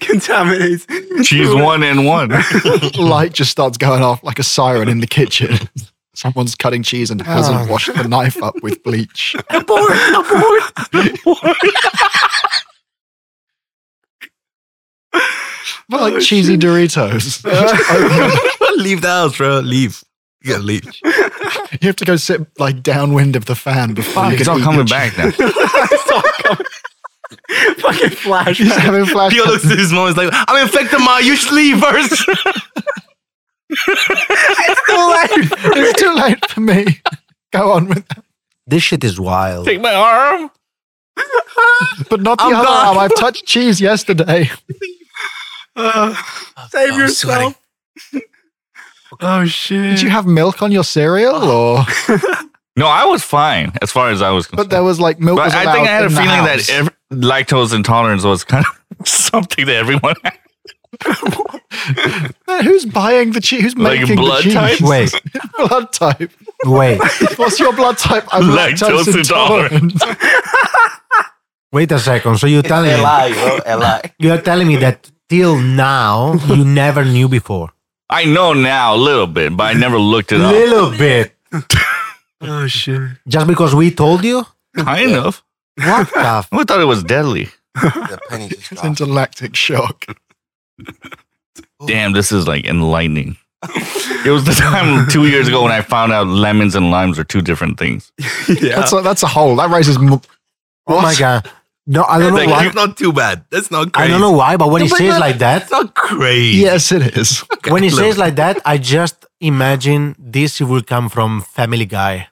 Speaker 2: Contaminates.
Speaker 4: cheese one and one.
Speaker 5: light just starts going off like a siren in the kitchen. Someone's cutting cheese and hasn't washed the knife up with bleach. But like cheesy Doritos.
Speaker 1: leave the house, bro. Leave. You gotta leave.
Speaker 5: you have to go sit like downwind of the fan before you
Speaker 4: It's
Speaker 5: can
Speaker 4: all
Speaker 5: eat
Speaker 4: coming
Speaker 5: the
Speaker 4: back now.
Speaker 2: fucking flash.
Speaker 5: cheese. He's having
Speaker 1: Theo
Speaker 5: flashbacks.
Speaker 1: looks at his mom. He's like, "I'm infected, ma. You should leave first.
Speaker 5: It's too late for me. Go on with that.
Speaker 2: This shit is wild.
Speaker 4: Take my arm.
Speaker 5: But not the
Speaker 1: I'm
Speaker 5: other
Speaker 1: gone.
Speaker 5: arm. I've touched cheese yesterday.
Speaker 2: Uh, Save
Speaker 1: I'm sweating.
Speaker 2: Oh shit!
Speaker 5: Did you have milk on your cereal or
Speaker 4: No, I was fine as far as I was concerned.
Speaker 5: but there was like milk
Speaker 4: But
Speaker 5: was
Speaker 4: I think I had a feeling that
Speaker 5: every-
Speaker 4: ev lactose intolerance was kind of something that everyone had.
Speaker 5: who's buying the cheese? Who's
Speaker 4: Like
Speaker 5: making
Speaker 4: blood
Speaker 5: the cheese?
Speaker 4: type?
Speaker 2: Wait,
Speaker 5: blood type.
Speaker 2: wait,
Speaker 5: What's your blood type? I'm
Speaker 4: Lactose
Speaker 5: lactose, intolerant.
Speaker 2: wait a second. So you're telling me
Speaker 1: bro. A lie.
Speaker 2: you're telling me that till now you never knew before.
Speaker 4: I know now a little bit, but I never looked it up.
Speaker 2: Little bit. oh shit! Just because we told you?
Speaker 4: Kind of.
Speaker 2: What the? F-
Speaker 4: I thought it was deadly.
Speaker 1: The penny just
Speaker 5: It's
Speaker 1: dropped.
Speaker 5: into lactic shock.
Speaker 4: Damn, this is like enlightening. It was the time two years ago when I found out lemons and limes are two different things.
Speaker 5: That's a, that's a whole. That raises. Mo-
Speaker 2: oh my god! No, I don't know
Speaker 1: Like,
Speaker 2: why.
Speaker 1: it's not too bad. That's not
Speaker 2: I
Speaker 1: crazy.
Speaker 2: don't know why, but when he
Speaker 1: But
Speaker 2: says
Speaker 1: not-
Speaker 2: like that,
Speaker 1: It's not crazy.
Speaker 5: yes, it is.
Speaker 2: when he
Speaker 1: look.
Speaker 2: says like that, I just imagine this will come from Family Guy.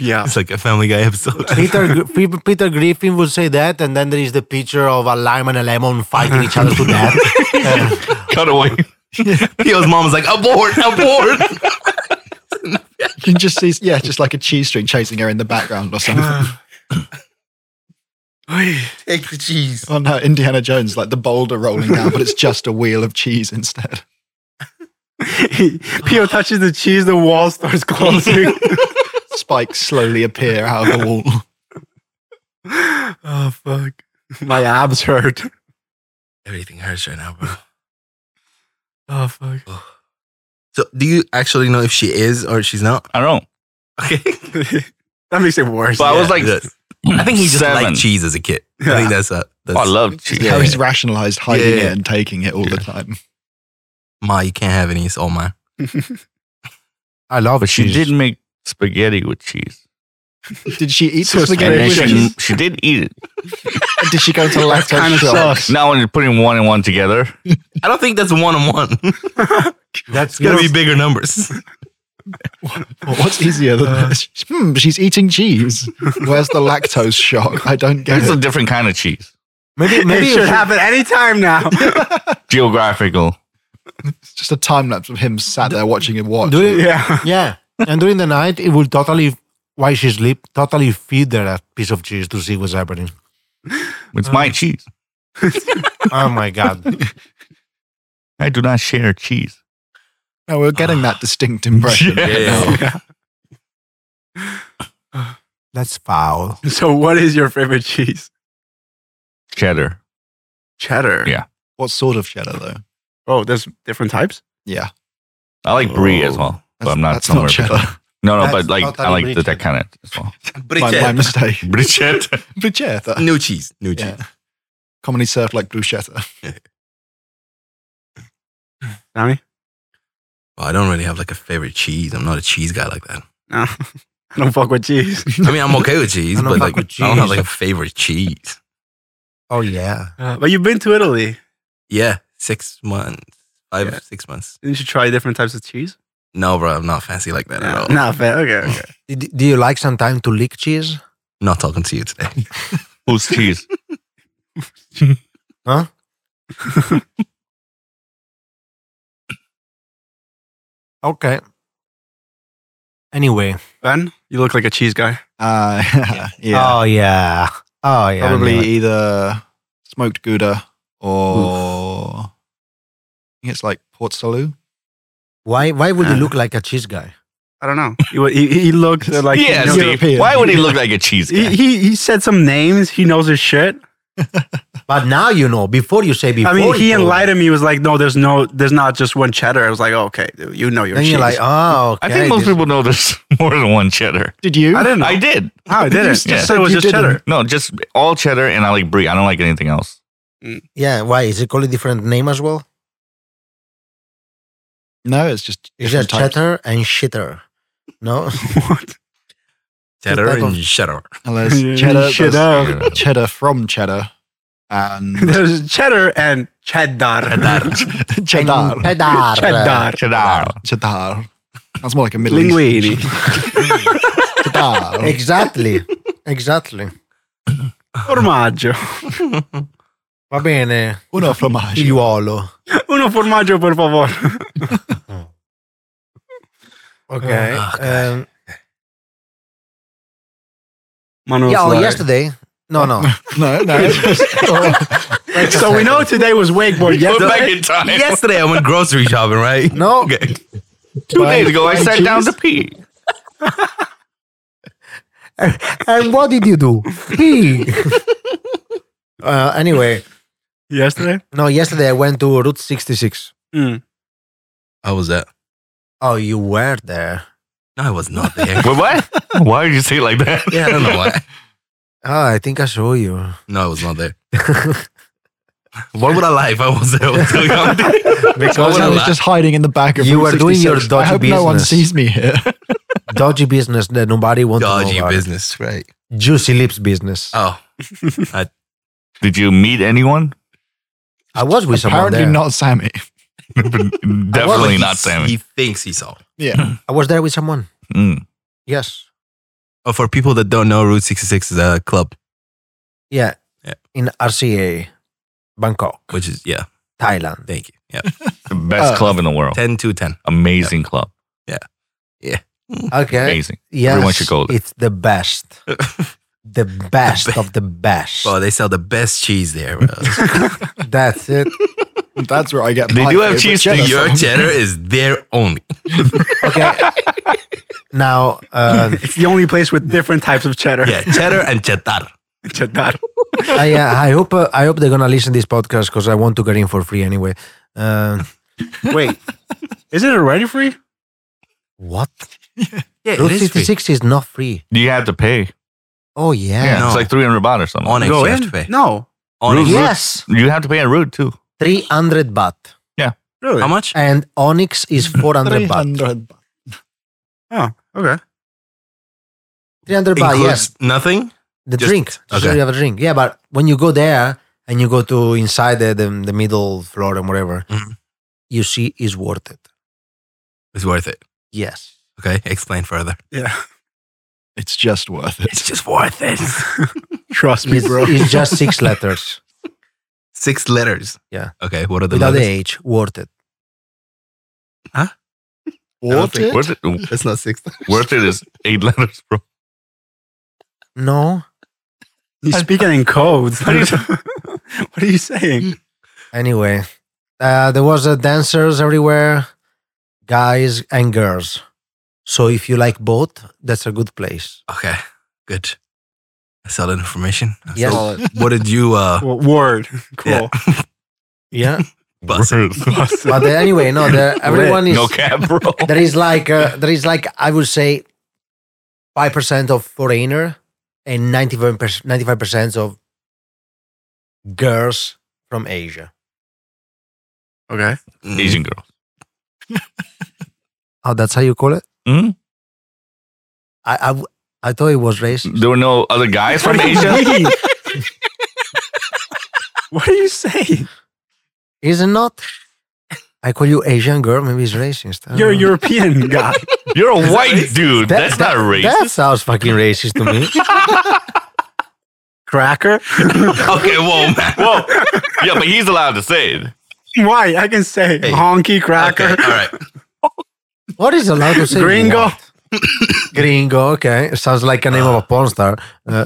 Speaker 3: Yeah.
Speaker 1: It's like a Family Guy episode.
Speaker 2: Peter Gr- Pe- Peter Griffin would say that, and then there is the picture of a lime and a lemon fighting each other to death. Uh,
Speaker 4: Cut away.
Speaker 1: Theo's mom was like, "Abort, abort."
Speaker 5: You can just see, yeah, just like a cheese string chasing her in the background or something.
Speaker 1: Take the cheese.
Speaker 5: oh no, Indiana Jones, like the boulder rolling down, but it's just a wheel of cheese instead.
Speaker 3: Pio touches the cheese, the wall starts closing.
Speaker 5: Spikes slowly appear out of the wall.
Speaker 3: oh fuck. My abs hurt.
Speaker 1: Everything hurts right now, bro.
Speaker 3: Oh fuck.
Speaker 1: So, do you actually know if she is or she's not?
Speaker 4: I don't know.
Speaker 1: Okay.
Speaker 3: That makes it worse.
Speaker 4: But I was like,
Speaker 1: Yes. I think he just
Speaker 4: seven.
Speaker 1: liked cheese as a kid. I
Speaker 3: Yeah.
Speaker 1: think that's a.
Speaker 4: Oh,
Speaker 1: That's,
Speaker 4: I love cheese.
Speaker 5: How he's rationalized hiding
Speaker 1: Yeah.
Speaker 5: it and taking it all the time.
Speaker 1: Ma, you can't have any. It's all mine.
Speaker 2: I love
Speaker 4: But she
Speaker 2: cheese.
Speaker 4: did make spaghetti with cheese.
Speaker 5: Did she eat the
Speaker 4: And
Speaker 5: spaghetti
Speaker 4: then
Speaker 5: with
Speaker 4: she,
Speaker 5: cheese?
Speaker 4: she did eat it.
Speaker 5: Did she go to lactose
Speaker 3: kinda
Speaker 5: shock?
Speaker 3: sucks.
Speaker 4: Now when you're putting one and one together,
Speaker 1: I don't think that's one on one. It's
Speaker 2: That's
Speaker 1: gotta be
Speaker 2: you know,
Speaker 1: bigger numbers.
Speaker 5: Well, what's easier than this? Hmm, she's eating cheese. Where's the lactose shock? I don't get
Speaker 4: it's a
Speaker 5: it.
Speaker 4: different kind of cheese.
Speaker 2: maybe maybe
Speaker 3: it
Speaker 2: you
Speaker 3: should
Speaker 2: should-
Speaker 3: happen anytime now.
Speaker 4: Geographical.
Speaker 5: It's just a time lapse of him sat there watching him watch.
Speaker 2: during
Speaker 3: yeah.
Speaker 2: yeah, and during the night it will totally while she sleep totally feed her a piece of cheese to see
Speaker 4: Uh.
Speaker 2: what's happening.
Speaker 4: It's my cheese.
Speaker 2: Oh my god!
Speaker 4: I do not share cheese.
Speaker 5: No, we're getting that distinct impression.
Speaker 4: Yeah.
Speaker 1: Yeah.
Speaker 2: That's foul.
Speaker 3: So, what is your favorite cheese?
Speaker 4: Cheddar.
Speaker 3: Cheddar.
Speaker 4: Yeah.
Speaker 5: What sort of cheddar, though?
Speaker 3: Oh, there's different types.
Speaker 5: Yeah,
Speaker 4: I like brie as
Speaker 3: Oh.
Speaker 4: well. But
Speaker 5: that's-
Speaker 4: I'm not
Speaker 5: that's
Speaker 4: somewhere.
Speaker 5: not cheddar.
Speaker 4: between- No, no,
Speaker 2: That's
Speaker 4: but like
Speaker 2: not
Speaker 4: I like
Speaker 2: brie
Speaker 4: that, that kind of as well.
Speaker 5: My, my
Speaker 1: Bruschetta.
Speaker 5: mistake.
Speaker 4: Bruschetta.
Speaker 5: Bruschetta.
Speaker 1: New cheese. New cheese.
Speaker 5: Yeah. Commonly served like bruschetta.
Speaker 3: Nami?
Speaker 1: Well, I don't really have like a favorite cheese. I'm not a cheese guy like that.
Speaker 3: No. I don't fuck with cheese.
Speaker 1: I mean, I'm okay with cheese,
Speaker 2: I don't
Speaker 1: but like,
Speaker 2: fuck with
Speaker 1: I don't have
Speaker 2: cheese.
Speaker 1: like a favorite cheese.
Speaker 2: Oh yeah.
Speaker 3: Uh, but you've been to Italy.
Speaker 1: Yeah, six months, five,
Speaker 3: Yeah.
Speaker 1: six months.
Speaker 3: Didn't you try different types of cheese?
Speaker 1: No, bro, I'm not fancy like that at all.
Speaker 3: Nah, fair. Okay, okay.
Speaker 2: D- Do you like sometimes to lick cheese?
Speaker 1: Not talking to you today.
Speaker 4: Who's cheese?
Speaker 2: Okay. Anyway.
Speaker 3: Ben, you look like a cheese guy.
Speaker 5: Uh, yeah.
Speaker 2: Oh yeah. Oh yeah. I knew
Speaker 5: Probably
Speaker 2: it.
Speaker 5: either smoked gouda or I think it's like port salut.
Speaker 2: Why? Why would you
Speaker 3: Uh.
Speaker 2: look like a cheese guy?
Speaker 3: I don't know. He, wa- he, he looked uh, like
Speaker 4: yeah,
Speaker 3: he, knows-
Speaker 4: see,
Speaker 5: European.
Speaker 4: why would he look like a cheese
Speaker 3: he,
Speaker 4: guy?
Speaker 3: he he said some names. He knows his shit.
Speaker 2: But now you know. Before you say before.
Speaker 3: I mean,
Speaker 2: you
Speaker 3: he
Speaker 2: told me.
Speaker 3: enlightened me. He was like, no, there's no, there's not just one cheddar. I was like, oh, okay, dude, you know your
Speaker 2: Then
Speaker 3: cheese.
Speaker 2: you're like, oh,
Speaker 4: I
Speaker 2: okay.
Speaker 4: think most
Speaker 2: this-
Speaker 4: people know there's more than one cheddar.
Speaker 5: Did you?
Speaker 3: I didn't know.
Speaker 4: I did.
Speaker 3: Oh, I didn't.
Speaker 5: You
Speaker 3: You
Speaker 5: just
Speaker 3: just
Speaker 5: said
Speaker 3: said it was
Speaker 5: you
Speaker 3: just
Speaker 5: didn't.
Speaker 3: cheddar.
Speaker 4: No, just all cheddar and I like brie. I don't like anything else.
Speaker 2: Yeah. Why is it called a different name as well?
Speaker 5: No, it's just
Speaker 2: Is
Speaker 5: different
Speaker 2: it
Speaker 5: types.
Speaker 2: cheddar and shitter? No.
Speaker 3: What?
Speaker 1: Cheddar
Speaker 2: type
Speaker 1: and
Speaker 2: of-
Speaker 1: cheddar.
Speaker 5: And there's
Speaker 3: Yeah,
Speaker 5: cheddar, there's
Speaker 3: cheddar.
Speaker 5: cheddar from cheddar, and
Speaker 3: There's cheddar and cheddar.
Speaker 2: Pedar.
Speaker 5: cheddar,
Speaker 3: Cheddar.
Speaker 4: Cheddar.
Speaker 5: cheddar. That's more like a Middle
Speaker 3: Linguini.
Speaker 5: East. Cheddar.
Speaker 2: Exactly. Exactly.
Speaker 3: Formaggio.
Speaker 2: Va bene.
Speaker 5: Uno formaggio.
Speaker 2: Figliuolo.
Speaker 3: Uno formaggio, per favor.
Speaker 2: Okay.
Speaker 1: Oh, God.
Speaker 2: um,
Speaker 3: Manuel's
Speaker 2: yeah. Oh,
Speaker 3: like-
Speaker 2: yesterday. No, no.
Speaker 5: No, no. it's just-
Speaker 3: So we know today was wakeboard.
Speaker 4: Go back
Speaker 3: Yesterday,
Speaker 4: in time.
Speaker 1: Yesterday, I went grocery shopping, right?
Speaker 2: No.
Speaker 1: Okay.
Speaker 4: Two days ago, I
Speaker 5: Buying
Speaker 4: sat down to
Speaker 5: cheese?
Speaker 4: pee.
Speaker 2: and what did you do? Pee. uh, anyway,
Speaker 3: yesterday.
Speaker 2: no, yesterday I went to Route 66.
Speaker 3: Mm.
Speaker 1: How was that?
Speaker 2: Oh, you were there.
Speaker 1: No, I was not there.
Speaker 4: Wait, what? Why did you say it like that?
Speaker 1: yeah, I don't know why.
Speaker 2: Oh, I think I saw you.
Speaker 1: No, I was not there. what would I lie if I was there? I was so young.
Speaker 5: Because I was just hiding in the back of
Speaker 2: You
Speaker 5: Route
Speaker 2: were doing your
Speaker 5: 66. I
Speaker 2: dodgy
Speaker 5: hope no one
Speaker 2: business.
Speaker 5: sees me here.
Speaker 2: Dodgy business that nobody wants to
Speaker 1: Dodgy
Speaker 2: know about.
Speaker 1: business, right?
Speaker 2: Juicy lips business.
Speaker 1: Oh,
Speaker 4: Did you meet anyone?
Speaker 2: I was with someone
Speaker 5: Apparently
Speaker 2: there.
Speaker 5: not Sammy.
Speaker 4: Definitely
Speaker 1: He-
Speaker 4: not Sammy.
Speaker 1: He thinks he saw.
Speaker 5: Yeah.
Speaker 2: I was there with someone.
Speaker 4: Mm.
Speaker 2: Yes.
Speaker 1: Oh, for people that don't know, Route 66 is a club,
Speaker 2: Yeah.
Speaker 1: Yeah.
Speaker 2: In RCA, Bangkok,
Speaker 1: which is, yeah,
Speaker 2: Thailand.
Speaker 1: thank you. Yeah.
Speaker 2: Oh.
Speaker 4: The best
Speaker 5: Uh,
Speaker 4: club in the world.
Speaker 1: 10 to 10.
Speaker 4: Amazing club.
Speaker 2: Okay.
Speaker 4: Amazing.
Speaker 2: Yes,
Speaker 4: Everyone should go there.
Speaker 2: It's the best. The best
Speaker 1: be-
Speaker 2: of the best.
Speaker 1: Oh, they sell the best cheese there. Bro.
Speaker 2: That's it.
Speaker 5: That's where I get
Speaker 4: They
Speaker 5: my
Speaker 4: do have
Speaker 5: favorite
Speaker 4: cheese
Speaker 5: cheddar
Speaker 4: sticks.
Speaker 1: Your
Speaker 5: from.
Speaker 1: cheddar is there only.
Speaker 2: Okay. now, uh,
Speaker 3: It's the only place with different types of cheddar.
Speaker 1: Yeah, cheddar and cheddar.
Speaker 3: cheddar.
Speaker 2: I, uh, I hope uh, I hope they're gonna listen to this podcast because I want to get in for free anyway. Uh,
Speaker 3: Wait, is it already free?
Speaker 2: what?
Speaker 1: Yeah,
Speaker 2: Route 66 is not free.
Speaker 4: You have to pay.
Speaker 2: Oh yeah.
Speaker 4: Yeah, it's
Speaker 1: No.
Speaker 4: like 300 baht or something.
Speaker 1: On it,
Speaker 3: Go
Speaker 1: you have to
Speaker 3: in?
Speaker 1: pay.
Speaker 3: No,
Speaker 1: On it.
Speaker 2: Yes,
Speaker 4: You have to pay a route too.
Speaker 2: 300 baht,
Speaker 3: really.
Speaker 1: How much?
Speaker 2: and Onyx is 400 baht.
Speaker 5: 300 baht.
Speaker 3: Okay.
Speaker 2: 300 baht, yes.
Speaker 1: Includes nothing?
Speaker 2: The
Speaker 1: Just-
Speaker 2: drink. Just
Speaker 1: okay.
Speaker 2: you have a drink. Yeah, but when you go there and you go to inside the, the, the middle floor and whatever,
Speaker 1: Mhm.
Speaker 2: you see is worth it.
Speaker 1: It's worth it.
Speaker 2: Yes.
Speaker 1: Okay, explain further.
Speaker 3: Yeah.
Speaker 5: It's just worth it.
Speaker 1: It's just worth it.
Speaker 3: Trust me,
Speaker 2: It's,
Speaker 3: bro.
Speaker 2: it's just six letters
Speaker 1: Six letters.
Speaker 2: Yeah.
Speaker 1: Okay, what are the
Speaker 2: without the
Speaker 1: letters?
Speaker 2: H. Worth it.
Speaker 5: Worth
Speaker 1: think-
Speaker 5: it?
Speaker 4: Worth it,
Speaker 1: That's not six letters.
Speaker 4: worth it is eight letters, bro.
Speaker 2: No.
Speaker 3: He's speaking in codes. what are you saying?
Speaker 2: Anyway, Uh, there was uh, dancers everywhere, guys and girls. So if you like both, that's a good place.
Speaker 1: Okay, good. I saw that information.
Speaker 2: Yeah.
Speaker 1: So what did you uh
Speaker 3: Well, word. Cool.
Speaker 1: Yeah.
Speaker 2: Yeah.
Speaker 1: bust?
Speaker 2: but the- anyway, no, the, everyone is
Speaker 4: no cap, bro.
Speaker 2: there is like uh, there is like I would say five percent of foreigner and 95 percent of girls from Asia.
Speaker 3: Okay.
Speaker 1: Mm.
Speaker 4: Asian girl.
Speaker 2: Oh, that's how you call it.
Speaker 4: Hmm?
Speaker 2: I I, w- I thought it was racist.
Speaker 4: There were no other guys from Asia.
Speaker 3: What do you say?
Speaker 2: Is it not? I call you Asian girl. Maybe it's racist. I don't
Speaker 3: You're a
Speaker 1: Uh-huh.
Speaker 2: know.
Speaker 3: European guy.
Speaker 4: You're a white dude.
Speaker 2: That-
Speaker 4: That's not racist.
Speaker 2: That sounds fucking racist to me.
Speaker 3: Cracker?
Speaker 4: Okay, whoa, man, whoa. Yeah, but he's allowed to say it.
Speaker 3: Why? I can say
Speaker 1: Hey.
Speaker 3: honky
Speaker 1: Okay, all
Speaker 3: cracker.
Speaker 1: right.
Speaker 2: What is allowed to say?
Speaker 3: Gringo.
Speaker 2: What? Gringo. Okay, sounds like a name of a porn star. Uh,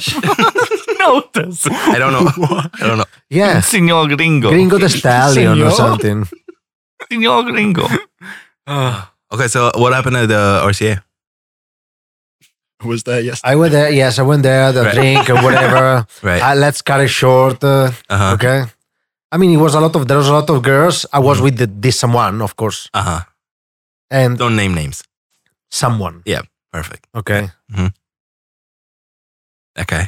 Speaker 4: No, that's
Speaker 1: I don't know. I don't know.
Speaker 2: yeah,
Speaker 4: Senor Gringo.
Speaker 2: Gringo the stallion or
Speaker 5: Senor.
Speaker 2: something.
Speaker 4: Senor Gringo.
Speaker 1: Okay, so what happened at the RCA?
Speaker 5: was there yesterday.
Speaker 2: I went there. Yes, I went there. The
Speaker 1: Right.
Speaker 2: drink or whatever.
Speaker 1: Right.
Speaker 2: Uh, let's cut it short. Uh,
Speaker 1: Uh huh.
Speaker 2: Okay. I mean, it was a lot of there was a lot of girls. I was with the, this someone, of course,
Speaker 1: Uh huh.
Speaker 2: and
Speaker 1: Don't name names.
Speaker 2: someone.
Speaker 1: Perfect.
Speaker 2: Okay.
Speaker 1: Okay.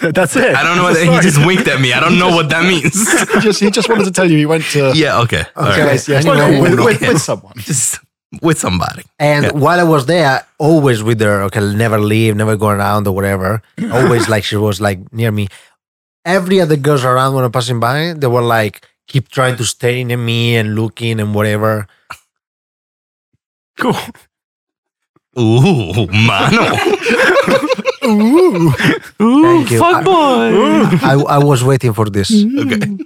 Speaker 3: That's it.
Speaker 1: I don't know. What, he
Speaker 3: Sorry.
Speaker 1: just winked at me. I don't know what that means.
Speaker 5: he, just, he just wanted to tell you he went to
Speaker 1: yeah. Okay. All
Speaker 5: okay,
Speaker 1: right.
Speaker 2: right.
Speaker 5: yesterday
Speaker 2: Anyway.
Speaker 5: with, with, with someone.
Speaker 1: Just with somebody.
Speaker 2: And
Speaker 1: Yeah.
Speaker 2: while I was there, always with her, okay, never leave, never go around or whatever. Always like she was like near me. Every other girls around when I'm passing by, they were like keep trying to staring at me and looking and whatever.
Speaker 3: Cool.
Speaker 1: Ooh, mano.
Speaker 5: Ooh.
Speaker 2: Thank you. I-
Speaker 4: boy.
Speaker 2: I, I was waiting for this.
Speaker 1: Okay.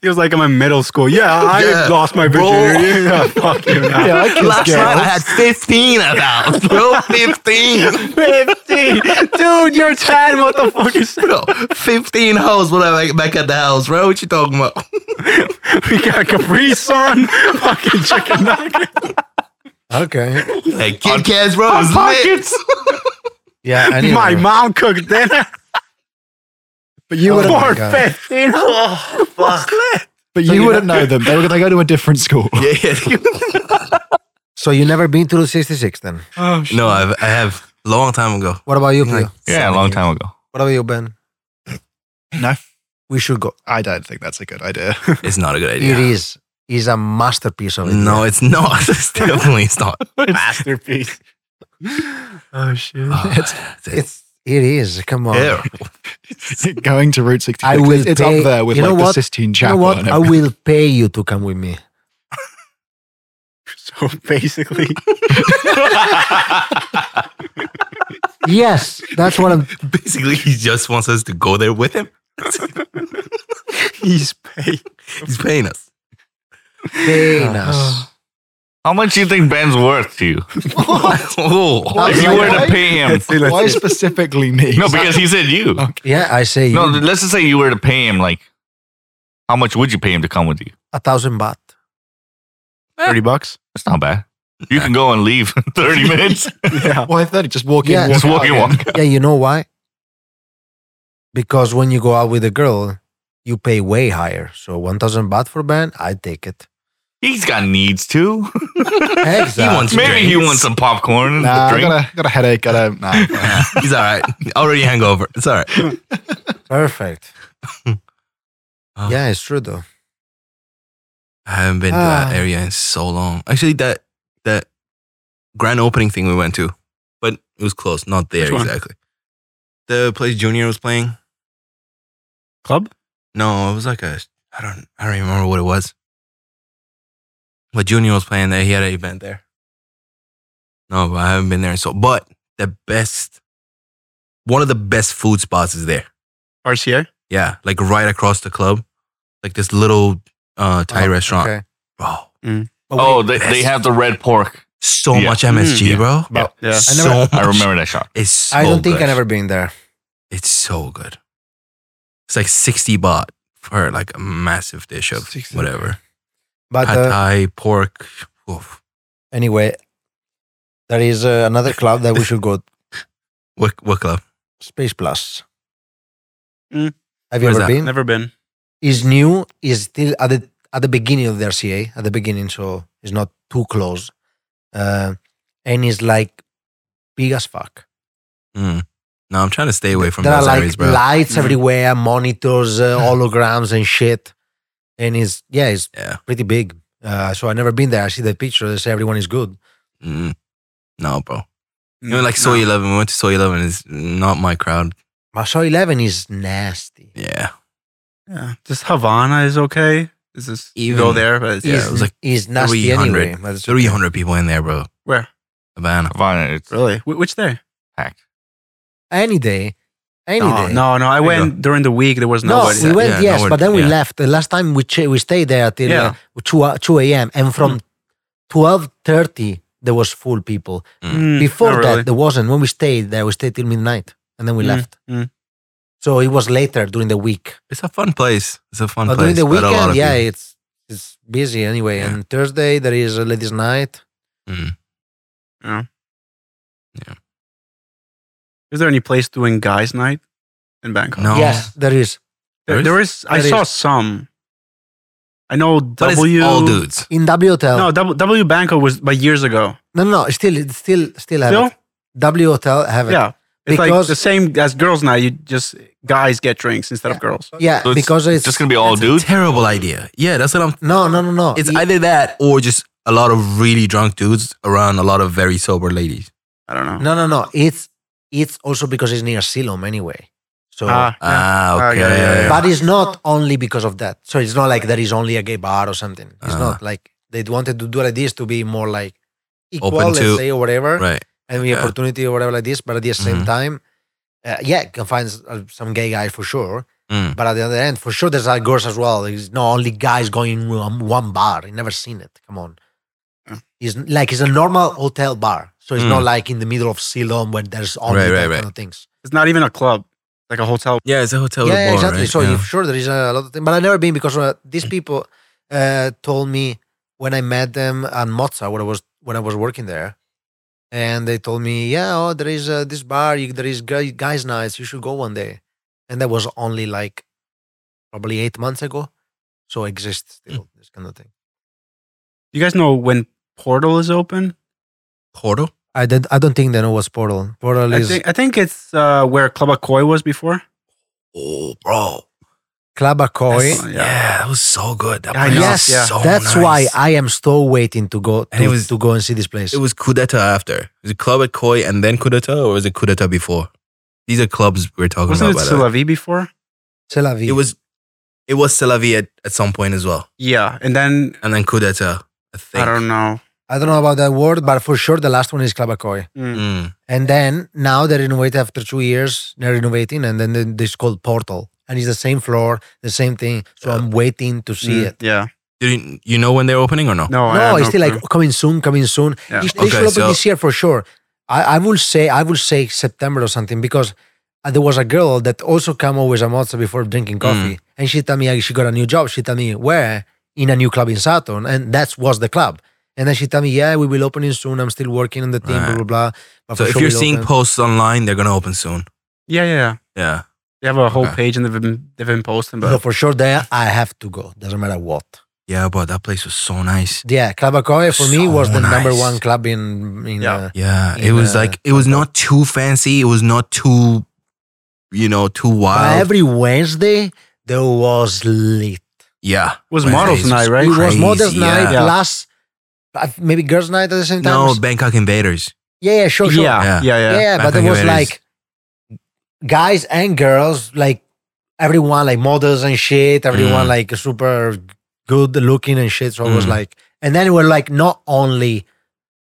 Speaker 3: Feels like I'm in middle school. Yeah, I
Speaker 1: Yeah.
Speaker 3: lost my
Speaker 1: Bro.
Speaker 3: virginity. Yeah, fuck you. man.
Speaker 5: Yeah, I kissed
Speaker 1: Last
Speaker 5: girls.
Speaker 1: night I had 15 about. Bro, 15.
Speaker 3: 15. Dude, you're 10. What the fuck is
Speaker 1: Bro, 15 hoes when I back- back at the house, bro. What you talking about?
Speaker 3: We got Capri Sun, fucking chicken nugget.
Speaker 2: Okay.
Speaker 1: Like, Kid Kats, bro.
Speaker 3: Hot
Speaker 1: is lit.
Speaker 3: pockets.
Speaker 2: Yeah. Anyway.
Speaker 3: My mom cooked dinner
Speaker 5: But you
Speaker 2: Oh
Speaker 5: wouldn't.
Speaker 2: my
Speaker 3: for
Speaker 2: God.
Speaker 3: 15. Oh, fuck.
Speaker 5: But you wouldn't know them. They were they go to a different school.
Speaker 1: Yeah, yeah.
Speaker 2: So you never been to the 66 then?
Speaker 3: Oh, shit.
Speaker 1: No, I've, I have. Long time ago.
Speaker 2: What about you,
Speaker 1: Like-
Speaker 2: Pio?
Speaker 4: Yeah, a long time ago.
Speaker 2: What about you, Ben?
Speaker 5: No.
Speaker 2: We should go.
Speaker 5: I don't think that's a good idea.
Speaker 1: It's not a good
Speaker 2: It
Speaker 1: idea.
Speaker 2: is. It's a masterpiece of it.
Speaker 1: No, it's not. It's definitely it's not.
Speaker 3: Masterpiece. Oh, shit.
Speaker 1: it's
Speaker 2: It's it is. Come on.
Speaker 1: terrible.
Speaker 5: Going to Route 66.
Speaker 2: I will
Speaker 5: it's, it's
Speaker 2: pay-
Speaker 5: up there with
Speaker 2: you know
Speaker 5: like the
Speaker 2: what?
Speaker 5: Sistine
Speaker 2: You know
Speaker 5: Chapel.
Speaker 2: what?
Speaker 5: and
Speaker 2: I will pay you to come with me.
Speaker 3: So basically,
Speaker 2: Yes, that's what I'm.
Speaker 1: Basically, he just wants us to go there with him.
Speaker 3: he's paid.
Speaker 1: He's paying us.
Speaker 2: Paying us.
Speaker 4: How much do you think Ben's worth to you?
Speaker 1: oh,
Speaker 4: If you
Speaker 5: like,
Speaker 4: were to
Speaker 5: why-
Speaker 4: pay him.
Speaker 3: Let's see,
Speaker 5: everything.
Speaker 3: let's
Speaker 5: Why
Speaker 3: see.
Speaker 5: specifically me?
Speaker 4: No, because he said you.
Speaker 2: Yeah, I say
Speaker 4: No,
Speaker 2: you,
Speaker 4: let's just say you were to pay him, like, how much would you pay him to come with you?
Speaker 2: a thousand baht.
Speaker 5: 30 bucks.
Speaker 4: That's not bad. You can go and leave in 30 minutes.
Speaker 3: Yeah.
Speaker 5: Why 30? Just walk
Speaker 2: Yeah.
Speaker 5: in.
Speaker 4: Just
Speaker 5: out
Speaker 4: walk in,
Speaker 5: again.
Speaker 4: walk.
Speaker 2: Yeah, you know why? Because when you go out with a girl, you pay way higher. So one thousand baht for Ben, I take it.
Speaker 4: He's got needs too.
Speaker 2: Exactly.
Speaker 1: wants-
Speaker 4: Maybe he
Speaker 1: Drinks.
Speaker 4: wants some popcorn and
Speaker 5: Nah, I
Speaker 4: a drink.
Speaker 5: got a, got a headache. Got a, nah.
Speaker 1: he's all right. Already hangover. It's all right.
Speaker 2: Perfect.
Speaker 1: Oh.
Speaker 2: Yeah, it's true though.
Speaker 1: I haven't been to that
Speaker 2: Ah.
Speaker 1: area in so long. Actually, that that grand opening thing we went to, but it was close. Not there
Speaker 3: Which one?
Speaker 1: exactly. The place Junior was playing.
Speaker 3: Club?
Speaker 1: No, it was like a I don't I don't remember what it was. But Junior was playing there. He had an event there. No, but I haven't been there in so. But the best, one of the best food spots is there.
Speaker 3: RCA?
Speaker 1: Yeah, like right across the club, like this little uh Thai
Speaker 2: Oh,
Speaker 1: restaurant.
Speaker 2: okay.
Speaker 1: Bro,
Speaker 2: But
Speaker 4: Oh,
Speaker 2: wait,
Speaker 4: they, they
Speaker 1: Yes.
Speaker 4: have the red pork.
Speaker 1: so
Speaker 4: Yeah.
Speaker 1: much MSG,
Speaker 4: Mm,
Speaker 1: bro.
Speaker 4: Yeah.
Speaker 3: Yeah.
Speaker 1: So
Speaker 2: I never-
Speaker 1: much.
Speaker 4: I remember that shot.
Speaker 1: It's so
Speaker 2: I don't think
Speaker 1: good.
Speaker 2: I never been there.
Speaker 1: It's so good. It's like sixty baht for like a massive dish of
Speaker 6: Six-
Speaker 1: whatever.
Speaker 2: But
Speaker 1: Pad
Speaker 2: uh,
Speaker 1: Thai, pork. Oof.
Speaker 2: anyway, there is uh, another club that we should go.
Speaker 1: What what club?
Speaker 2: Space Plus. Have you
Speaker 3: Mm.
Speaker 1: Hmm. Where's
Speaker 2: ever
Speaker 1: that?
Speaker 2: been?
Speaker 3: Never been.
Speaker 2: is new is still at the at the beginning of the RCA at the beginning, so it's not too close, uh, and it's like big as fuck.
Speaker 1: Mm. No, I'm trying to stay away from
Speaker 2: there are
Speaker 1: those
Speaker 2: like
Speaker 1: areas, bro.
Speaker 2: lights
Speaker 3: Mm.
Speaker 2: everywhere, monitors, uh, holograms, and shit. And it's yeah, it's
Speaker 1: Yeah.
Speaker 2: pretty big. Uh, so I never been there. I see the pictures. Everyone is good.
Speaker 1: Mm. No, bro. You know, like Soy Eleven. We went to Soy Eleven. It's not my crowd.
Speaker 2: Maso Eleven is nasty.
Speaker 1: Yeah.
Speaker 3: Yeah. This Havana is okay. Is this you go
Speaker 1: Even-
Speaker 3: there? But it's,
Speaker 1: Yeah,
Speaker 2: Is-
Speaker 1: it was like
Speaker 2: is nasty
Speaker 1: 300.
Speaker 2: anyway. but it's
Speaker 1: Three hundred people in there, bro.
Speaker 3: Where?
Speaker 1: Havana.
Speaker 4: Havana, it's
Speaker 3: Really? Wh- which day?
Speaker 2: Any day, any
Speaker 3: no,
Speaker 2: day.
Speaker 3: no, no. I
Speaker 4: you
Speaker 3: went during the week. There was
Speaker 2: No,
Speaker 3: nobody.
Speaker 2: we went
Speaker 1: Yeah,
Speaker 2: yes,
Speaker 1: nobody-
Speaker 2: but then we
Speaker 1: yeah.
Speaker 2: left. The last time we ch- we stayed there till
Speaker 3: Yeah.
Speaker 2: uh, two uh, two a.m. and from twelve thirty there was full people.
Speaker 3: Mm,
Speaker 2: Before
Speaker 3: not
Speaker 2: that
Speaker 3: really.
Speaker 2: there wasn't. When we stayed there, we stayed till midnight and then we
Speaker 3: Mm,
Speaker 2: left.
Speaker 3: mm.
Speaker 2: So it was later during the week.
Speaker 1: It's a fun place. It's a fun
Speaker 2: But
Speaker 1: place.
Speaker 2: Oh, during the
Speaker 1: but a lot
Speaker 2: weekend,
Speaker 1: of
Speaker 2: yeah,
Speaker 1: people-
Speaker 2: it's it's busy anyway.
Speaker 1: Yeah.
Speaker 2: And Thursday there is a ladies' night.
Speaker 3: Is there any place doing guys' night in Bangkok?
Speaker 1: No.
Speaker 2: Yes, there is
Speaker 3: There-
Speaker 1: There
Speaker 3: there is. I
Speaker 2: There
Speaker 3: saw
Speaker 2: is.
Speaker 3: some. I know
Speaker 1: But it's
Speaker 3: W.
Speaker 1: all dudes.
Speaker 2: in W Hotel.
Speaker 3: No, W, w Bangkok was by years ago.
Speaker 2: no, no, no, still, it's still, still have
Speaker 3: Still?
Speaker 2: it. W Hotel have it.
Speaker 3: Yeah. It's like
Speaker 2: Because-
Speaker 3: the same as girls' night. You just guys get drinks instead of girls.
Speaker 2: Yeah,
Speaker 4: So it's
Speaker 2: because it's
Speaker 4: just gonna be all
Speaker 1: That's a
Speaker 4: dudes.
Speaker 1: terrible idea. Yeah, that's what I'm.
Speaker 2: no, no, no, no.
Speaker 1: It's either that or just a lot of really drunk dudes around a lot of very sober ladies.
Speaker 3: I don't know.
Speaker 2: No, no, no. It's it's also because it's near Siloam anyway. So,
Speaker 3: Ah,
Speaker 1: Ah,
Speaker 3: yeah. Ah,
Speaker 1: okay.
Speaker 3: yeah, yeah, yeah.
Speaker 2: but it's not only because of that. So it's not like there is only a gay bar or something. It's
Speaker 1: Ah.
Speaker 2: not like they wanted to do like this to be more like equal,
Speaker 1: Open
Speaker 2: let's
Speaker 1: to-
Speaker 2: say, or whatever,
Speaker 1: Right.
Speaker 2: and the
Speaker 1: yeah.
Speaker 2: opportunity or whatever like this. But at the same
Speaker 1: Mhm.
Speaker 2: time, uh, yeah, you can find s- uh, some gay guy for sure.
Speaker 1: Mm.
Speaker 2: But at the other end, for sure, there's like girls as well. It's not only guys going in one, one bar. I never seen it. Come on.
Speaker 3: Yeah.
Speaker 2: It's n- like it's a normal hotel bar. So it's
Speaker 1: Mm.
Speaker 2: not like in the middle of Siloam where there's only
Speaker 1: Right,
Speaker 2: that
Speaker 1: right, right.
Speaker 2: kind of things.
Speaker 3: It's not even a club, like a hotel.
Speaker 1: Yeah, it's a hotel.
Speaker 2: yeah,
Speaker 1: bar,
Speaker 2: exactly.
Speaker 1: Right?
Speaker 2: So
Speaker 1: yeah. Mm.
Speaker 2: if sure there is a lot of things, but I've never been because uh, these people uh, told me when I met them at Mozza when I was when I was working there, and they told me, yeah, oh, there is uh, this bar, you, there is guy, guys' nights, you should go one day, and that was only like probably eight months ago, so exists
Speaker 1: Mm.
Speaker 2: still this kind of thing.
Speaker 3: You guys know when Portal is open?
Speaker 1: Porto.
Speaker 2: I did. I don't think they know what's Portal. Portal
Speaker 3: I
Speaker 2: is
Speaker 3: think I think it's uh, where Club Akoi was before.
Speaker 1: Oh, bro.
Speaker 2: Club Akoi.
Speaker 1: That's-
Speaker 3: Oh,
Speaker 1: yeah.
Speaker 3: yeah.
Speaker 1: that was so good. That
Speaker 3: I
Speaker 1: place
Speaker 3: know,
Speaker 1: is
Speaker 2: Yes,
Speaker 3: yeah.
Speaker 1: so
Speaker 2: that's
Speaker 1: nice.
Speaker 2: why I am still waiting to go
Speaker 1: And it
Speaker 2: to,
Speaker 1: was-
Speaker 2: to go and see this place.
Speaker 1: It was coup d'etat after. Is it club at Koi and then coup d'etat, or was it coup d'etat before? These are clubs we're talking
Speaker 3: Wasn't it
Speaker 1: about. by the way.
Speaker 3: Silavi before?
Speaker 2: C'est la vie.
Speaker 1: It was, it was Selavi at, at some point as well,
Speaker 3: Yeah, and then
Speaker 1: and then coup d'etat. I think.
Speaker 3: I don't know.
Speaker 2: I don't know about that word, but for sure the last one is Klabakoi.
Speaker 3: Mm.
Speaker 1: Mm.
Speaker 2: And then now they renovate after two years, they're renovating, and then they- it's called Portal. And it's the same floor, the same thing. So I'm waiting to see
Speaker 3: Mm,
Speaker 2: it.
Speaker 3: Yeah.
Speaker 1: Did you, you know when they're opening or Oh, no?
Speaker 3: No, I
Speaker 2: no,
Speaker 3: have
Speaker 2: it's still
Speaker 3: clue.
Speaker 2: like coming soon, coming soon.
Speaker 3: Yeah.
Speaker 2: They- They
Speaker 1: Okay,
Speaker 2: should open
Speaker 1: so-
Speaker 2: this year for sure. I, I will say I will say September or something because uh, there was a girl that also came always a month before drinking
Speaker 1: Mm.
Speaker 2: coffee, and she told me uh, she got a new job. She told me where in a new club in Saturn, and that was the club. And then she told me, "Yeah, we will open it soon. I'm still working on the team,
Speaker 1: Right.
Speaker 2: blah blah blah." But
Speaker 1: So
Speaker 2: for
Speaker 1: if
Speaker 2: sure
Speaker 1: you're
Speaker 2: we'll
Speaker 1: seeing
Speaker 2: open.
Speaker 1: posts online, they're gonna open soon.
Speaker 3: Yeah, yeah, yeah.
Speaker 1: Yeah.
Speaker 3: They have a whole
Speaker 1: Okay.
Speaker 3: page and they've been, they've been posting,
Speaker 2: so
Speaker 3: but
Speaker 2: for sure there I have to go. Doesn't matter what.
Speaker 1: Yeah, but that place was so nice.
Speaker 2: Yeah, Club Acoy for me
Speaker 1: So
Speaker 2: was the number
Speaker 1: nice.
Speaker 2: one club in in.
Speaker 3: Yeah.
Speaker 2: Uh,
Speaker 1: Yeah, it
Speaker 2: In,
Speaker 1: was
Speaker 2: uh,
Speaker 1: like it was not too fancy. It was not too, you know, too
Speaker 2: but
Speaker 1: wild.
Speaker 2: every Wednesday there was lit.
Speaker 1: yeah,
Speaker 3: it was
Speaker 1: Wednesdays
Speaker 3: models night, right?
Speaker 2: It was Mother's
Speaker 1: Crazy,
Speaker 2: Night
Speaker 1: yeah.
Speaker 2: plus uh, maybe Girls' Night at the same time.
Speaker 1: No, Bangkok Invaders.
Speaker 2: yeah, yeah, Oh, sure, sure.
Speaker 3: Yeah, yeah, yeah.
Speaker 2: yeah, yeah,
Speaker 1: I
Speaker 2: but it
Speaker 1: think
Speaker 2: was
Speaker 1: it is.
Speaker 2: like guys and girls, like everyone, like models and shit. Everyone
Speaker 1: Mm.
Speaker 2: like super good looking and shit. So I was
Speaker 1: Mm.
Speaker 2: like, and then we're like not only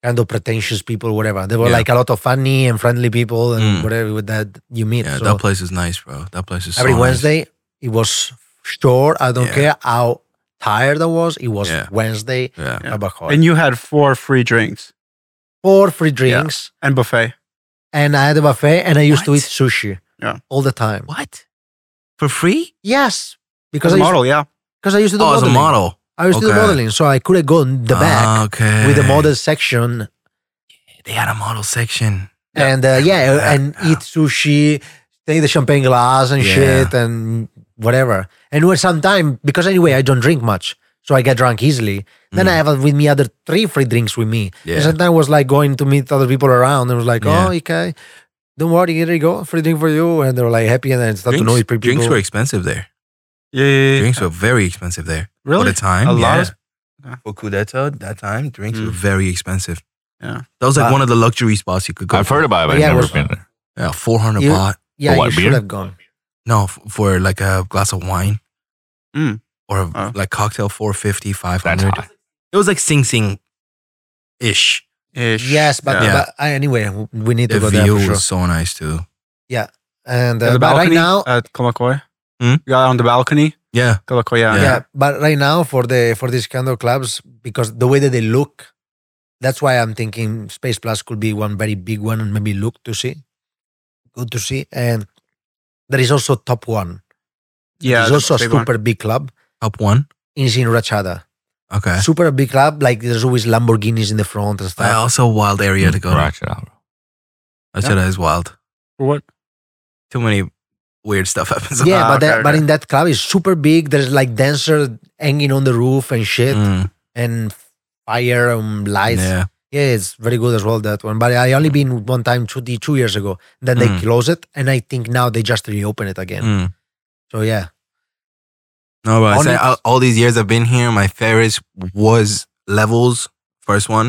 Speaker 2: kind of pretentious people, whatever. There were
Speaker 1: Yeah.
Speaker 2: like a lot of funny and friendly people and
Speaker 1: Mm.
Speaker 2: whatever with that you meet.
Speaker 1: Yeah,
Speaker 2: so
Speaker 1: that place is nice, bro. That place is so
Speaker 2: every
Speaker 1: nice.
Speaker 2: Wednesday it was sure. I don't
Speaker 1: Yeah.
Speaker 2: care how tired I was. It was
Speaker 1: Yeah.
Speaker 2: Wednesday.
Speaker 1: Yeah.
Speaker 3: Yeah.
Speaker 2: Abacoa.
Speaker 3: And you had four free drinks
Speaker 2: four free drinks
Speaker 3: and buffet.
Speaker 2: and I had a buffet and I used to
Speaker 1: What?
Speaker 2: eat sushi
Speaker 3: Yeah.
Speaker 2: all the time.
Speaker 1: What? For free?
Speaker 2: Yes.
Speaker 3: As
Speaker 2: because
Speaker 3: a
Speaker 2: I used,
Speaker 3: model, yeah.
Speaker 2: because I used to do
Speaker 1: Oh, as a
Speaker 2: modeling.
Speaker 1: model.
Speaker 2: I used to do
Speaker 1: Okay. Ah,
Speaker 2: modeling, so I couldn't go in the back
Speaker 1: Okay.
Speaker 2: with the model section
Speaker 1: They had a model section.
Speaker 2: and uh, yeah,
Speaker 1: Yeah.
Speaker 2: and eat sushi, take the champagne glass and
Speaker 1: Yeah.
Speaker 2: shit and whatever. And with some time, because anyway, I don't drink much, so I get drunk easily. Then
Speaker 1: Mm.
Speaker 2: I have with me other three free drinks with me.
Speaker 1: Hmm, Yeah.
Speaker 2: And sometimes I was like going to meet other people around and was like,
Speaker 1: Yeah.
Speaker 2: oh, okay, don't worry, here you go, free drink for you. And they were like happy and then start to know
Speaker 1: Drinks,
Speaker 2: people.
Speaker 1: drinks were expensive there.
Speaker 3: Yeah, yeah, yeah.
Speaker 1: Drinks were very expensive there.
Speaker 3: really?
Speaker 1: At the time,
Speaker 3: A
Speaker 1: yeah.
Speaker 3: lot of-
Speaker 1: For coup d'etat, that time drinks were
Speaker 3: Mm.
Speaker 1: very expensive.
Speaker 3: Yeah.
Speaker 1: that was like
Speaker 2: Uh,
Speaker 1: one of the luxury spots you could go.
Speaker 4: I've heard about it, but
Speaker 2: Yeah,
Speaker 4: I've never
Speaker 2: we're-
Speaker 4: been there.
Speaker 1: Yeah, four hundred
Speaker 2: You-
Speaker 1: baht.
Speaker 2: yeah,
Speaker 4: what,
Speaker 2: you should
Speaker 4: beer?
Speaker 2: have gone.
Speaker 1: No, f- for like a glass of wine.
Speaker 3: Mm.
Speaker 1: Or a-
Speaker 3: Oh.
Speaker 1: like cocktail 450,
Speaker 4: That's
Speaker 1: 500.
Speaker 4: high.
Speaker 1: It was like Sing Sing ish.
Speaker 3: Ish.
Speaker 2: Yes, but,
Speaker 1: Yeah.
Speaker 2: but I, anyway, we need to
Speaker 1: The
Speaker 2: go there
Speaker 1: view
Speaker 2: for sure.
Speaker 1: was so nice too.
Speaker 2: And
Speaker 3: At
Speaker 2: uh,
Speaker 3: the
Speaker 2: but right
Speaker 3: balcony
Speaker 2: now,
Speaker 3: at Kalakoy.
Speaker 1: Hmm?
Speaker 3: You got on the balcony,
Speaker 1: Yeah.
Speaker 3: Kalakoy. Yeah.
Speaker 2: yeah. but right now for the for these kind of clubs because the way that they look that's why i'm thinking space plus could be one very big one and maybe look to see good to see and there is also top one
Speaker 3: yeah
Speaker 2: there's
Speaker 3: the
Speaker 2: also a
Speaker 3: big one.
Speaker 2: super big club
Speaker 1: Top one.
Speaker 2: in Rachada.
Speaker 1: Okay.
Speaker 2: super big club like there's always lamborghinis in the front and
Speaker 1: Uh,
Speaker 2: stuff
Speaker 1: also a wild area to go.
Speaker 4: Rock it out.
Speaker 1: I said that is wild.
Speaker 3: For what?
Speaker 1: Too many weird stuff happens.
Speaker 2: yeah
Speaker 3: Ah,
Speaker 2: but that,
Speaker 3: okay,
Speaker 2: but
Speaker 3: okay.
Speaker 2: in that club is super big there's like dancer hanging on the roof and shit
Speaker 1: Mm,
Speaker 2: and fire and lights
Speaker 1: yeah.
Speaker 2: Yeah, it's very good as well that one. But I only been one time two the- two years ago. Then they
Speaker 1: Mm.
Speaker 2: close it, and I think now they just reopen it again.
Speaker 1: Mm.
Speaker 2: So yeah,
Speaker 1: No, but I
Speaker 2: Only-
Speaker 1: said, all, all these years I've been here, my favorite was Levels, first one.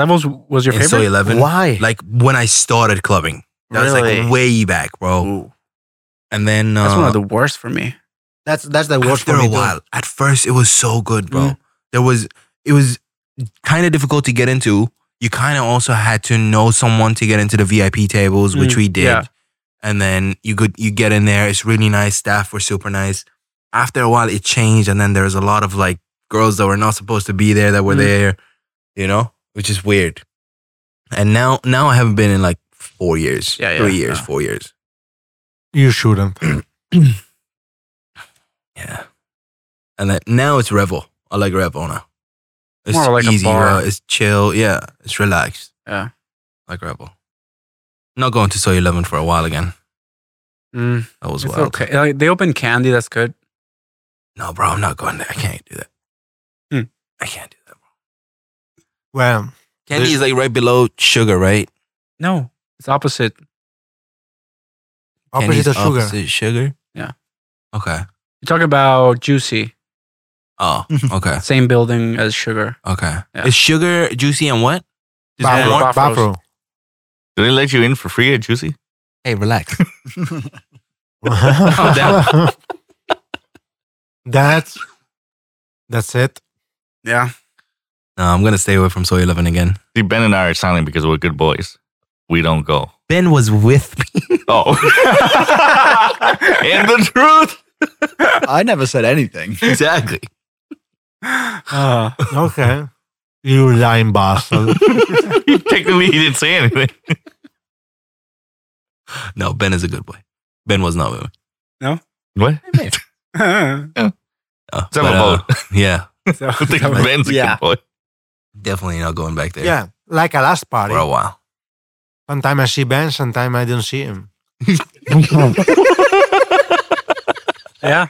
Speaker 3: Levels was your
Speaker 1: in So
Speaker 3: favorite?
Speaker 1: 11.
Speaker 2: why?
Speaker 1: Like when I started clubbing. That was like way back, bro.
Speaker 3: Ooh,
Speaker 1: And then uh,
Speaker 3: that's one of the worst for me.
Speaker 2: that's that's the worst
Speaker 1: after
Speaker 2: for me.
Speaker 1: a
Speaker 2: too.
Speaker 1: while. At first, it was so good, bro.
Speaker 3: Mm.
Speaker 1: There was it was kind of difficult to get into. You kind of also had to know someone to get into the VIP tables, which
Speaker 3: Mm,
Speaker 1: we did.
Speaker 3: yeah.
Speaker 1: And then you could you get in there. It's really nice. Staff were super nice. After a while, it changed, and then there was a lot of like girls that were not supposed to be there that were
Speaker 3: Mm.
Speaker 1: there. You know, which is weird. And now, now I haven't been in like four years,
Speaker 3: Yeah, yeah,
Speaker 1: three years,
Speaker 3: yeah.
Speaker 1: four years.
Speaker 7: You shouldn't.
Speaker 1: Yeah. And then now it's Revel. I like Revel now. It's
Speaker 3: More like a
Speaker 1: easy,
Speaker 3: bar.
Speaker 1: uh, it's chill. Yeah, it's relaxed.
Speaker 3: Yeah.
Speaker 1: Like Revel. Not going to Soy 11 for a while again.
Speaker 3: Mm,
Speaker 1: That was
Speaker 3: it's
Speaker 1: wild.
Speaker 3: okay. Like, they open candy. That's good.
Speaker 1: No, bro, I'm not going there. I can't do that.
Speaker 3: Hmm.
Speaker 1: I can't do that.
Speaker 7: Well,
Speaker 1: Candy is like right below sugar, right?
Speaker 3: No, it's opposite.
Speaker 7: opposite
Speaker 1: Candy's
Speaker 7: of sugar.
Speaker 1: Opposite sugar?
Speaker 3: Yeah.
Speaker 1: Okay.
Speaker 3: You're talking about juicy.
Speaker 1: Oh, okay.
Speaker 3: Same building as sugar.
Speaker 1: Okay.
Speaker 3: Yeah.
Speaker 1: Is sugar juicy and what? Is there
Speaker 3: Buffalo.
Speaker 1: more?
Speaker 7: Buffalo. Buffalo.
Speaker 4: Did they let you in for free at Juicy?
Speaker 1: Hey, relax.
Speaker 4: Oh,
Speaker 7: that's that's it.
Speaker 3: Yeah.
Speaker 1: no, I'm going to stay away from Soy 11 again.
Speaker 4: See, Ben and I are silent because we're good boys. We don't go.
Speaker 1: Ben was with me.
Speaker 4: Oh. and the truth.
Speaker 5: I never said anything.
Speaker 1: Mm. exactly.
Speaker 3: Ah.
Speaker 7: Okay. You lying bastard.
Speaker 4: Technically, he didn't say anything.
Speaker 1: No, Ben is a good boy. Ben was not with me.
Speaker 4: What?
Speaker 1: Uh,
Speaker 4: It's on a
Speaker 1: uh, yeah,
Speaker 3: So-
Speaker 4: I think Ben's a
Speaker 3: yeah.
Speaker 4: good boy.
Speaker 1: definitely not going back there
Speaker 7: yeah. Like a last party.
Speaker 1: for a while.
Speaker 7: Sometimes I see Ben, sometimes I don't see him.
Speaker 3: Yeah.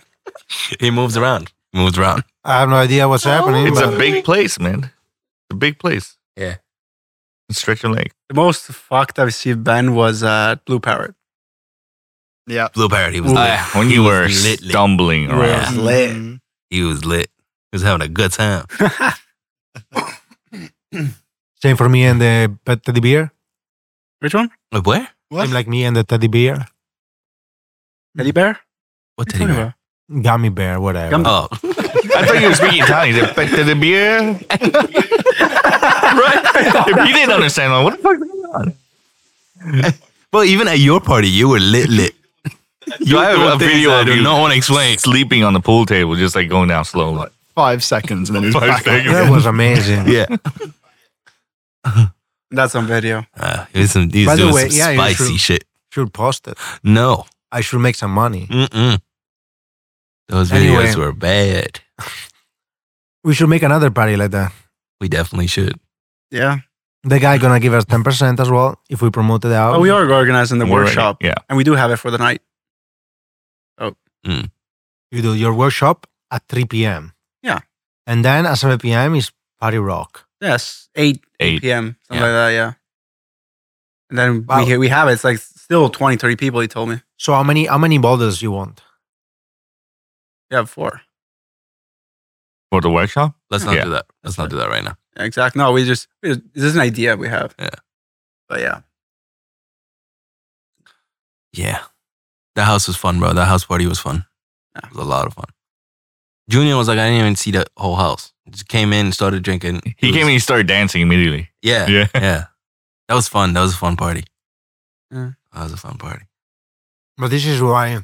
Speaker 1: He moves around. He moves around.
Speaker 7: I have no idea
Speaker 3: Oh.
Speaker 7: what's happening.
Speaker 4: It's a
Speaker 7: but-
Speaker 4: big place, man. It's a big place.
Speaker 1: Yeah.
Speaker 4: Stretch your leg.
Speaker 3: The most fucked I've seen Ben was uh, Blue Parrot.
Speaker 5: Yeah.
Speaker 1: Blue Parrot, he was
Speaker 3: Ooh.
Speaker 1: lit.
Speaker 4: Ah, when
Speaker 1: He
Speaker 4: you
Speaker 1: was
Speaker 4: were
Speaker 1: lit, lit.
Speaker 4: stumbling around.
Speaker 5: Lit.
Speaker 1: He was lit. He was having a good time.
Speaker 7: Same for me and the pet teddy bear.
Speaker 3: Which one?
Speaker 1: Wait, where?
Speaker 5: What?
Speaker 7: Same like me and the teddy bear.
Speaker 3: Teddy bear?
Speaker 1: What did he wear?
Speaker 7: Gummy bear, whatever.
Speaker 3: Gummy-
Speaker 1: Oh,
Speaker 4: I thought you were speaking Italian. You said, "Pette de beer." right? If you didn't understand, like, what the fuck is going on?
Speaker 1: well, even at your party, you were lit, lit.
Speaker 4: You I
Speaker 1: doing
Speaker 4: have a
Speaker 1: things
Speaker 4: video
Speaker 1: I
Speaker 4: of
Speaker 1: do
Speaker 4: you
Speaker 1: not wanna
Speaker 4: explain. sleeping on the pool table, just like going down slowly.
Speaker 5: Five seconds and then he's
Speaker 4: Five
Speaker 5: back. up.
Speaker 4: seconds.
Speaker 7: That was amazing.
Speaker 1: Yeah.
Speaker 3: That's on video.
Speaker 1: Uh, he was, some, he was
Speaker 7: By the
Speaker 1: doing
Speaker 7: way,
Speaker 1: some
Speaker 7: yeah, you
Speaker 1: spicy
Speaker 7: should-
Speaker 1: shit.
Speaker 7: Should post it.
Speaker 1: No.
Speaker 7: I should make some money.
Speaker 1: Mm-mm. Those
Speaker 2: Anyway.
Speaker 1: videos were bad.
Speaker 2: We should make another party like that.
Speaker 1: We definitely should.
Speaker 3: Yeah.
Speaker 2: The guy gonna give us ten percent as well if we promote it out.
Speaker 3: Oh, we are organizing the
Speaker 4: We're ready.
Speaker 3: workshop,
Speaker 4: Yeah.
Speaker 3: and we do have it for the night.
Speaker 2: You do your workshop at three p.m.
Speaker 3: Yeah.
Speaker 2: and then at seven p.m. is party rock.
Speaker 3: Yes, eight
Speaker 4: Eight.
Speaker 3: p.m. something
Speaker 1: Yeah.
Speaker 3: like that. Yeah. And then
Speaker 2: Wow.
Speaker 3: we we we have it. It's like still 20, 30 people. He told me.
Speaker 2: So how many how many bottles you want?
Speaker 3: We have four.
Speaker 4: For the workshop?
Speaker 1: Let's not
Speaker 4: Yeah.
Speaker 1: do that. Let's not do that right now.
Speaker 3: Yeah, exactly. No, we just, we just this is an idea we have.
Speaker 1: Yeah.
Speaker 3: But yeah,
Speaker 1: Yeah. That house was fun, bro. That house party was fun.
Speaker 3: Yeah.
Speaker 1: It was a lot of fun. Junior was like, I didn't even see the whole house. Just came in, started drinking.
Speaker 4: He
Speaker 1: was-
Speaker 4: came in, he started dancing immediately.
Speaker 1: Yeah.
Speaker 4: Yeah.
Speaker 1: yeah. That was fun. That was a fun party.
Speaker 3: Yeah.
Speaker 1: That was a fun party.
Speaker 2: But this is why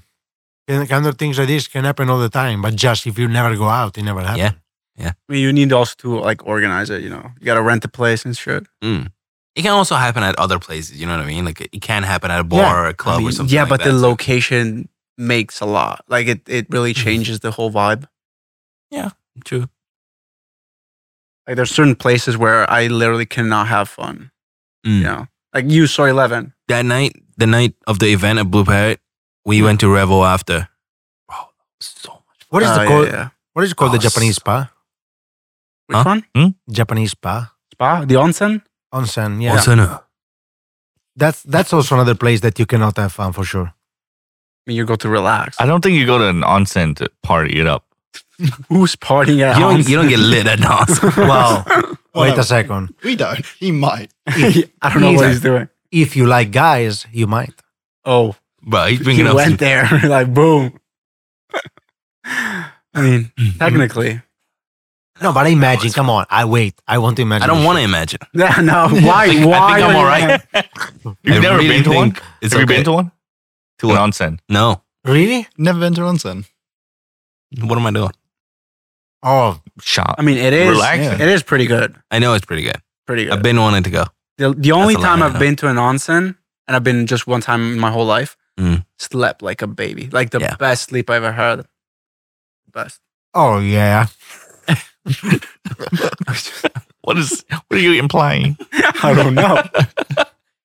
Speaker 2: kind kind of things like this can happen all the time. But just if you never go out, it never happens.
Speaker 3: I mean, you need also to like organize it. You know, you gotta rent a place and shit.
Speaker 1: It can also happen at other places. You know what I mean? Like it can happen at a bar
Speaker 2: Yeah.
Speaker 1: or a club
Speaker 3: I mean,
Speaker 1: or something.
Speaker 3: Yeah,
Speaker 1: like
Speaker 3: but
Speaker 1: that.
Speaker 3: the location makes a lot. Like it, it really changes the whole vibe.
Speaker 1: Mm-hmm. True.
Speaker 3: Like there's certain places where I literally cannot have fun.
Speaker 1: Mm.
Speaker 3: You know, like you saw eleven.
Speaker 1: That night, the night of the event at Blue Parrot, we went to Revo after. Bro, that was so much.
Speaker 2: What is
Speaker 3: Uh,
Speaker 2: the called?
Speaker 3: Yeah, yeah.
Speaker 2: What is it called the
Speaker 1: Oh, s-
Speaker 2: Japanese spa?
Speaker 3: Which
Speaker 1: Huh?
Speaker 3: one?
Speaker 2: Japanese spa
Speaker 3: Spa, the onsen.
Speaker 2: onsen. Yeah,
Speaker 1: Also, no.
Speaker 2: that's that's also another place that you cannot have fun for sure.
Speaker 3: I mean, you go to relax.
Speaker 4: I don't think you go to an onsen to party it up.
Speaker 3: Who's partying at
Speaker 1: You don't,
Speaker 3: onsen?
Speaker 1: you don't get lit at house.
Speaker 2: Well, wait a second.
Speaker 5: We don't. He might.
Speaker 3: I don't know what
Speaker 2: Either.
Speaker 3: he's doing.
Speaker 2: If you like guys, you might.
Speaker 3: Oh,
Speaker 1: bro, he's
Speaker 3: he
Speaker 1: bringing up.
Speaker 3: went there like boom. I mean, technically,
Speaker 2: No, but I imagine.
Speaker 1: it's-
Speaker 2: Come on, I wait. I want to imagine.
Speaker 1: I don't
Speaker 2: this
Speaker 1: want to imagine.
Speaker 3: no, no. Why?
Speaker 1: I think
Speaker 3: why?
Speaker 1: I'm
Speaker 3: would
Speaker 1: all
Speaker 3: you-
Speaker 1: right.
Speaker 4: You've
Speaker 1: I
Speaker 4: never
Speaker 1: really
Speaker 4: been to one?
Speaker 1: think It's
Speaker 4: Have you
Speaker 1: okay.
Speaker 4: been to one?
Speaker 1: To
Speaker 4: an
Speaker 1: what?
Speaker 4: onsen.
Speaker 1: No.
Speaker 2: shit. Really?
Speaker 5: Never been to onsen.
Speaker 1: What am I doing?
Speaker 2: Oh,
Speaker 4: Shop.
Speaker 3: I mean, it is.
Speaker 4: Relaxing.
Speaker 3: It is pretty good.
Speaker 1: I know it's pretty good.
Speaker 3: Pretty good.
Speaker 1: I've been wanting to go.
Speaker 3: The, the only
Speaker 1: a lot,
Speaker 3: time
Speaker 1: I
Speaker 3: I've
Speaker 1: know.
Speaker 3: been to an onsen, and I've been just one time in my whole life,
Speaker 1: Mm.
Speaker 3: slept like a baby. Like the
Speaker 1: Yeah.
Speaker 3: best sleep I ever had. Best.
Speaker 2: oh yeah.
Speaker 4: What is? What are you implying?
Speaker 3: I don't know.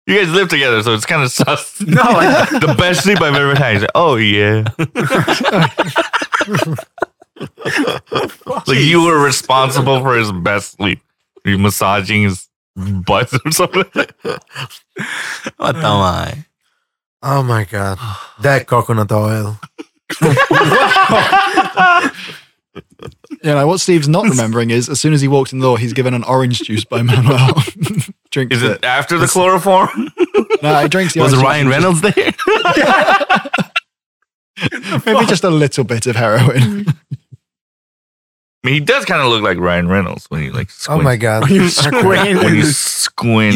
Speaker 4: You guys live together, so it's kind of sus.
Speaker 3: no, I,
Speaker 4: the best sleep I've ever had. He's like, oh yeah. like you were responsible for his best sleep. You massaging his butt or something.
Speaker 1: What am I?
Speaker 2: Oh my god, that coconut oil.
Speaker 5: You know, what Steve's not remembering is as soon as he walked in the door, he's given an orange juice by Manuel. drinks
Speaker 4: Is
Speaker 5: it.
Speaker 4: it after the chloroform?
Speaker 5: No, he drinks the
Speaker 1: Was
Speaker 5: orange
Speaker 1: Ryan
Speaker 5: juice and
Speaker 1: Reynolds there?
Speaker 5: just- Maybe just a little bit of heroin.
Speaker 4: I mean, he does kind of look like Ryan Reynolds when he like
Speaker 6: Oh
Speaker 4: squints.
Speaker 6: my god.
Speaker 3: you squint.
Speaker 4: When you squint.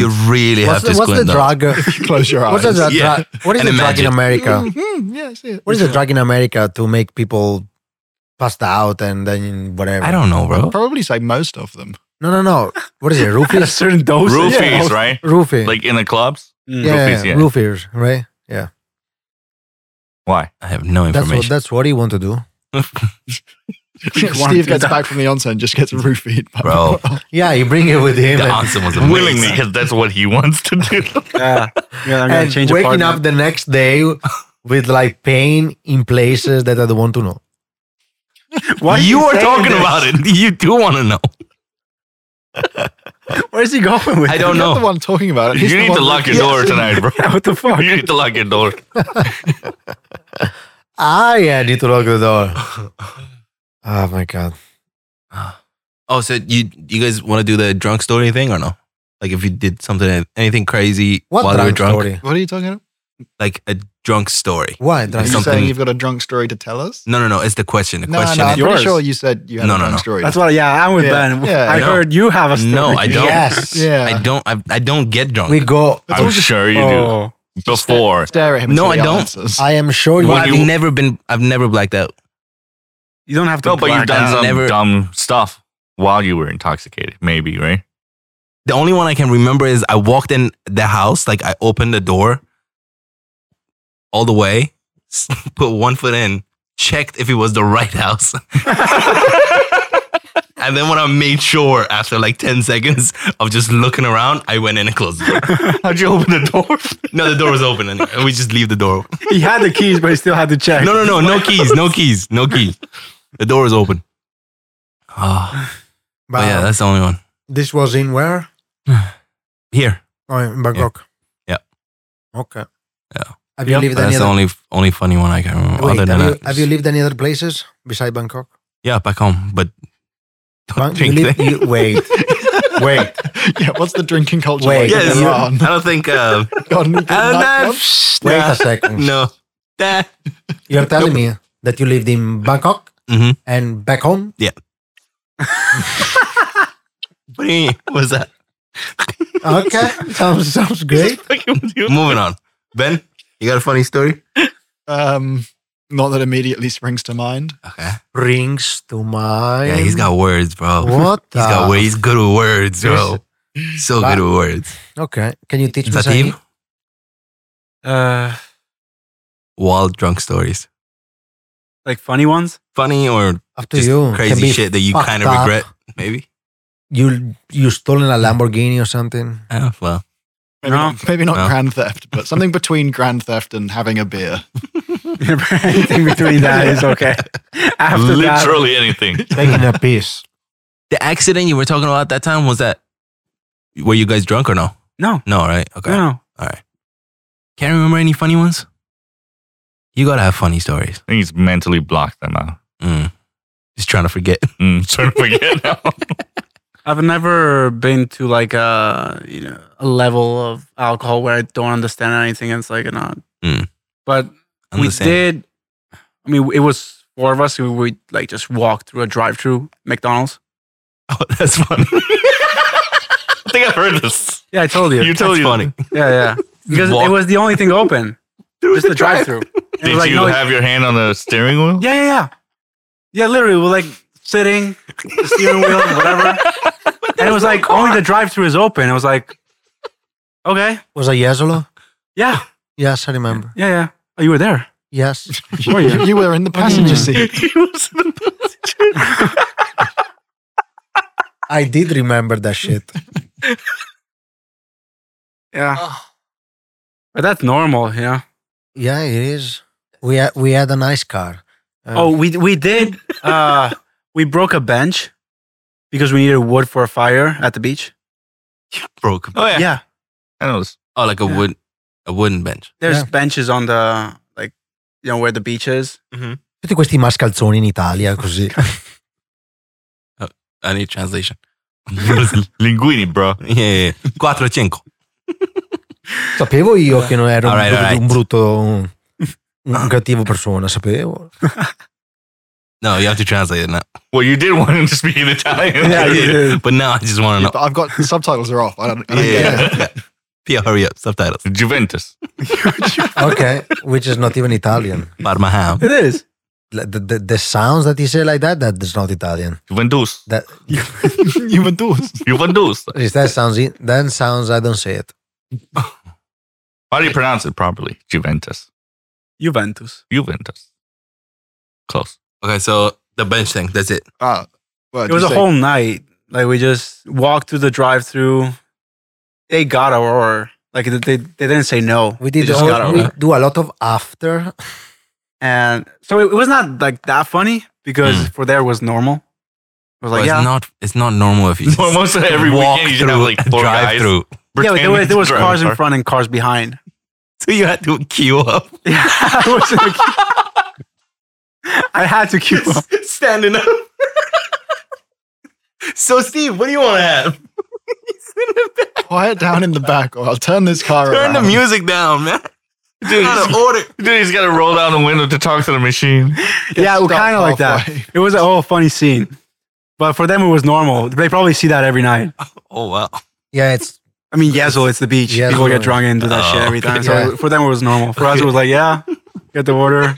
Speaker 1: You really
Speaker 6: What's the,
Speaker 1: have to
Speaker 6: what's
Speaker 1: squint.
Speaker 6: the
Speaker 1: though.
Speaker 6: drug?
Speaker 5: Close your eyes.
Speaker 6: What's the drug?
Speaker 1: Yeah.
Speaker 6: What is
Speaker 1: And
Speaker 6: the drug in
Speaker 1: imagine. Mm.
Speaker 6: America?
Speaker 3: Mm-hmm.
Speaker 5: Mhm, yeah, I see it.
Speaker 6: What is the drug in America to make people passed out and then whatever?
Speaker 1: I don't know, bro.
Speaker 5: Probably say most of them.
Speaker 6: No, no, no. What is it?
Speaker 3: a
Speaker 6: Roofies?
Speaker 3: certain dose.
Speaker 4: Roofies,
Speaker 5: Yeah.
Speaker 4: right?
Speaker 6: Roofie.
Speaker 4: Like in the clubs?
Speaker 1: Hmm.
Speaker 3: Mm.
Speaker 6: yeah,
Speaker 4: roofies, yeah.
Speaker 6: roofies, right? Yeah.
Speaker 4: Why?
Speaker 1: I have no
Speaker 6: That's what,
Speaker 1: information.
Speaker 6: that's what he want to do.
Speaker 5: Steve gets back from the onsen, just gets roofied. by
Speaker 1: Bro.
Speaker 5: Manuel.
Speaker 6: Yeah, you bring it with him.
Speaker 1: the
Speaker 6: and-
Speaker 1: answer was amazing.
Speaker 4: Willingly, because that's what he wants to do.
Speaker 3: Yeah. Yeah, I'm gonna
Speaker 6: and
Speaker 3: change
Speaker 6: waking up the next day with like pain in places that I don't want to know.
Speaker 3: What
Speaker 1: you are talking about it. You do want to know.
Speaker 3: Where's he going with?
Speaker 1: I
Speaker 3: it?
Speaker 1: don't
Speaker 5: You're not
Speaker 1: know.
Speaker 5: the one talking about it. He's
Speaker 4: you
Speaker 5: the
Speaker 4: need to
Speaker 5: one
Speaker 4: lock your
Speaker 5: looking- Yes.
Speaker 4: door tonight, bro.
Speaker 3: What the fuck?
Speaker 4: You need to lock your door.
Speaker 6: Ah, yeah, I need to lock the door. oh my god.
Speaker 1: Oh, so you you guys want to do the drunk story thing or no? Like if you did something, anything crazy
Speaker 6: What
Speaker 1: while you were
Speaker 6: drunk,
Speaker 1: drunk,
Speaker 6: story?
Speaker 5: What are you talking about?
Speaker 1: like a drunk story.
Speaker 6: Why
Speaker 5: Are
Speaker 6: drunk?
Speaker 5: you
Speaker 1: Something-
Speaker 5: saying you've got a drunk story to tell us?
Speaker 1: No, no, no. It's the question. The
Speaker 5: No,
Speaker 1: question
Speaker 5: no, I'm
Speaker 1: is
Speaker 5: pretty
Speaker 3: Yours.
Speaker 5: sure you said you had
Speaker 1: No,
Speaker 5: a
Speaker 1: no,
Speaker 5: drunk
Speaker 1: no.
Speaker 5: story.
Speaker 3: That's what. Yeah, I'm with
Speaker 5: Yeah,
Speaker 3: Ben.
Speaker 5: yeah.
Speaker 3: I
Speaker 1: No.
Speaker 3: heard you have a story.
Speaker 1: no, I don't.
Speaker 6: Yes.
Speaker 5: yeah.
Speaker 1: I don't. I, I don't get drunk.
Speaker 6: We go.
Speaker 5: That's
Speaker 4: I'm
Speaker 5: all just
Speaker 4: sure you
Speaker 3: Oh.
Speaker 4: do. Before.
Speaker 5: stare at him.
Speaker 1: No,
Speaker 5: until he
Speaker 1: I don't.
Speaker 5: answers.
Speaker 6: I am sure you.
Speaker 1: Well,
Speaker 4: When
Speaker 1: I've
Speaker 4: you-
Speaker 1: never been. I've never blacked out.
Speaker 3: You don't have to.
Speaker 4: No, but you've
Speaker 3: black
Speaker 4: done
Speaker 3: out.
Speaker 4: some
Speaker 1: Never-
Speaker 4: dumb stuff while you were intoxicated, maybe, right?
Speaker 1: The only one I can remember is I walked in the house. Like I opened the door all the way, put one foot in, checked if it was the right house. and then when I made sure after like 10 seconds of just looking around, I went in and closed the door.
Speaker 4: How'd you open the door?
Speaker 1: No, the door was open and and we just leave the door. open.
Speaker 3: He had the keys, but he still had to check.
Speaker 1: No, no, no, no keys, no keys, no keys. The door is open. Oh,
Speaker 2: But
Speaker 1: yeah, that's the only one.
Speaker 2: this was in where?
Speaker 1: Here.
Speaker 2: Oh, in Bangkok.
Speaker 1: Yeah.
Speaker 2: Okay.
Speaker 1: Yeah.
Speaker 2: Have you
Speaker 3: Yep.
Speaker 2: lived any
Speaker 1: That's the
Speaker 2: other?
Speaker 1: only only funny one I can remember.
Speaker 2: Wait,
Speaker 1: other
Speaker 2: have,
Speaker 1: than
Speaker 2: you,
Speaker 1: that,
Speaker 2: have you lived any other places beside Bangkok?
Speaker 1: yeah, back home, but
Speaker 2: Bang-
Speaker 1: don't
Speaker 2: you
Speaker 1: drink
Speaker 2: live-
Speaker 1: there.
Speaker 2: you- wait, wait.
Speaker 5: yeah, what's the drinking culture
Speaker 2: Wait,
Speaker 5: like
Speaker 1: Yes.
Speaker 5: in Iran?
Speaker 1: I don't think. Uh,
Speaker 5: God, you
Speaker 1: I
Speaker 5: get
Speaker 1: don't
Speaker 5: nightclubs?
Speaker 1: know.
Speaker 2: Wait a second.
Speaker 1: No. Nah.
Speaker 2: You're telling me that you lived in Bangkok
Speaker 1: Mhm.
Speaker 2: and back home?
Speaker 1: What do you mean? What's that?
Speaker 2: Okay, sounds sounds great.
Speaker 1: Moving on. Ben, you got a funny story?
Speaker 5: Um, not that immediately springs to mind.
Speaker 1: Okay.
Speaker 2: Brings to mind.
Speaker 1: Yeah, he's got words, bro.
Speaker 2: what?
Speaker 1: He's got
Speaker 2: the-
Speaker 1: words. He's good with words, bro. So good with words.
Speaker 2: Okay, can you teach me
Speaker 1: Zatim,
Speaker 2: something?
Speaker 3: Uh,
Speaker 1: wild drunk stories.
Speaker 3: like funny ones.
Speaker 1: Funny or
Speaker 2: Up to
Speaker 1: just
Speaker 2: you. Can
Speaker 1: crazy
Speaker 2: be
Speaker 1: shit that you
Speaker 2: fucked
Speaker 1: kind of
Speaker 2: up.
Speaker 1: regret, maybe?
Speaker 2: You you stolen a Lamborghini or something?
Speaker 1: Oh, well.
Speaker 5: Maybe
Speaker 3: No.
Speaker 5: not, maybe not
Speaker 1: No.
Speaker 5: grand theft, but something between grand theft and having a beer.
Speaker 3: Anything between that is okay. After that,
Speaker 4: Literally anything.
Speaker 2: Taking a piece.
Speaker 1: The accident you were talking about that time was that. Were you guys drunk or no?
Speaker 3: no,
Speaker 1: No, right? Okay.
Speaker 3: no.
Speaker 1: Can't remember any funny ones? You gotta have funny stories.
Speaker 4: I think he's mentally blocked them out.
Speaker 1: Mm. Just trying to forget.
Speaker 4: Mm, trying to forget now.
Speaker 3: I've never been to like a you know a level of alcohol where I don't understand anything. And it's like not.
Speaker 1: Mm.
Speaker 3: But
Speaker 1: I'm
Speaker 3: we
Speaker 1: the same.
Speaker 3: did. I mean, it was four of us. We, we like just walked through a drive-through McDonald's.
Speaker 1: Oh, that's funny.
Speaker 4: I think I've heard this.
Speaker 3: Yeah, I told you.
Speaker 4: You told
Speaker 1: that's
Speaker 4: you.
Speaker 1: funny.
Speaker 3: yeah, yeah. Because
Speaker 1: Walk-
Speaker 3: it was the only thing open. just the drive-through. And it was
Speaker 4: Did
Speaker 3: like,
Speaker 4: you
Speaker 3: no,
Speaker 4: have your hand on the steering wheel?
Speaker 3: Yeah, yeah, yeah. Yeah, literally, we're like sitting, the steering wheel, whatever. And it was like only the drive-through is open. I was like, okay,
Speaker 2: Was a Yesolo?
Speaker 3: yeah,
Speaker 2: Yes, I remember.
Speaker 3: yeah, yeah. Oh, you were there.
Speaker 2: Yes.
Speaker 3: Were you?
Speaker 5: You were in
Speaker 3: Oh,
Speaker 5: the passenger seat.
Speaker 4: He was in the-
Speaker 2: I did remember that shit.
Speaker 3: Yeah.
Speaker 4: Oh.
Speaker 3: But that's normal, yeah.
Speaker 2: Yeah, it is. We had, we had a nice car. Uh,
Speaker 3: Oh, we we did. Uh, we broke a bench because we needed wood for a fire at the beach.
Speaker 1: Broke.
Speaker 4: Oh yeah.
Speaker 3: Yeah,
Speaker 4: I know this.
Speaker 1: Oh, like a
Speaker 3: Yeah.
Speaker 1: wood, a wooden bench.
Speaker 3: there's
Speaker 2: Yeah.
Speaker 3: benches on the like, you know, where the beach is.
Speaker 2: tutti questi mascalzoni in Italia così.
Speaker 1: I need translation.
Speaker 4: It was Linguini, bro.
Speaker 1: Yeah, yeah, yeah. Quattro cinco.
Speaker 2: Sapevo io che non ero un
Speaker 1: Alright,
Speaker 2: brutto-
Speaker 1: alright.
Speaker 2: un brutto, un, un cattivo persona, sapevo.
Speaker 1: No, you have to translate it now.
Speaker 4: Well, you did want him to speak in Italian.
Speaker 1: Yeah, I did. But now I just want
Speaker 5: Yeah,
Speaker 1: to
Speaker 5: but I've got the subtitles are off. I don't, I
Speaker 1: know.
Speaker 5: don't get it.
Speaker 1: Yeah. yeah. Pia, hurry up. Subtitles.
Speaker 4: Juventus.
Speaker 2: Okay, which is not even Italian.
Speaker 1: Parma ham.
Speaker 3: It is.
Speaker 2: Like, The, the, the sounds that he said like that, that is not Italian.
Speaker 4: Juventus.
Speaker 2: That
Speaker 5: Human doors.
Speaker 4: Juventus.
Speaker 2: is that sounds in- that sounds I don't say it.
Speaker 4: How do you pronounce it properly? Juventus.
Speaker 3: Juventus.
Speaker 4: Juventus. Close.
Speaker 1: Okay, so the bench thing. That's it.
Speaker 5: Ah, well,
Speaker 3: It was a whole night. Like we just walked through the drive-through. They got our order. Like they they they didn't say no.
Speaker 2: We
Speaker 3: They
Speaker 2: did
Speaker 3: just
Speaker 2: all-
Speaker 3: got our
Speaker 2: we
Speaker 3: order.
Speaker 2: do a lot of after.
Speaker 3: And so it, it was not like that funny because for there was normal. It
Speaker 1: But
Speaker 3: was like
Speaker 1: it's
Speaker 3: yeah,
Speaker 1: not. It's not normal if you
Speaker 4: Well, most of every
Speaker 1: walk
Speaker 4: weekend you should
Speaker 1: through,
Speaker 4: have like four
Speaker 1: drive
Speaker 4: guys.
Speaker 1: through.
Speaker 3: yeah. Like, there was,
Speaker 4: pretending
Speaker 3: there was
Speaker 4: to drive
Speaker 3: cars
Speaker 4: a
Speaker 3: in
Speaker 4: car.
Speaker 3: front and cars behind.
Speaker 1: So you had to queue up,
Speaker 3: Yeah, I, was like- I had to keep up.
Speaker 1: standing up. so Steve, what do you want to have?
Speaker 5: quiet down in the back, or I'll turn this car
Speaker 1: Turn the
Speaker 5: around.
Speaker 1: music down, man.
Speaker 4: Dude,
Speaker 1: Out
Speaker 4: he's-
Speaker 1: of order.
Speaker 4: dude, he's got to roll down the window to talk to the machine.
Speaker 3: yeah,
Speaker 5: Stop
Speaker 3: kind of like that.
Speaker 5: halfway.
Speaker 3: It was a whole funny scene, but for them it was normal. They probably see that every night.
Speaker 1: Oh wow.
Speaker 2: Yeah, it's
Speaker 3: I mean, Yezel, it's the beach.
Speaker 2: Yezel,
Speaker 3: People get
Speaker 2: yeah.
Speaker 3: drunk and do that
Speaker 1: Oh,
Speaker 3: shit every time. So
Speaker 2: Yeah.
Speaker 3: for them, it was normal. For us, it was like, yeah, get the order.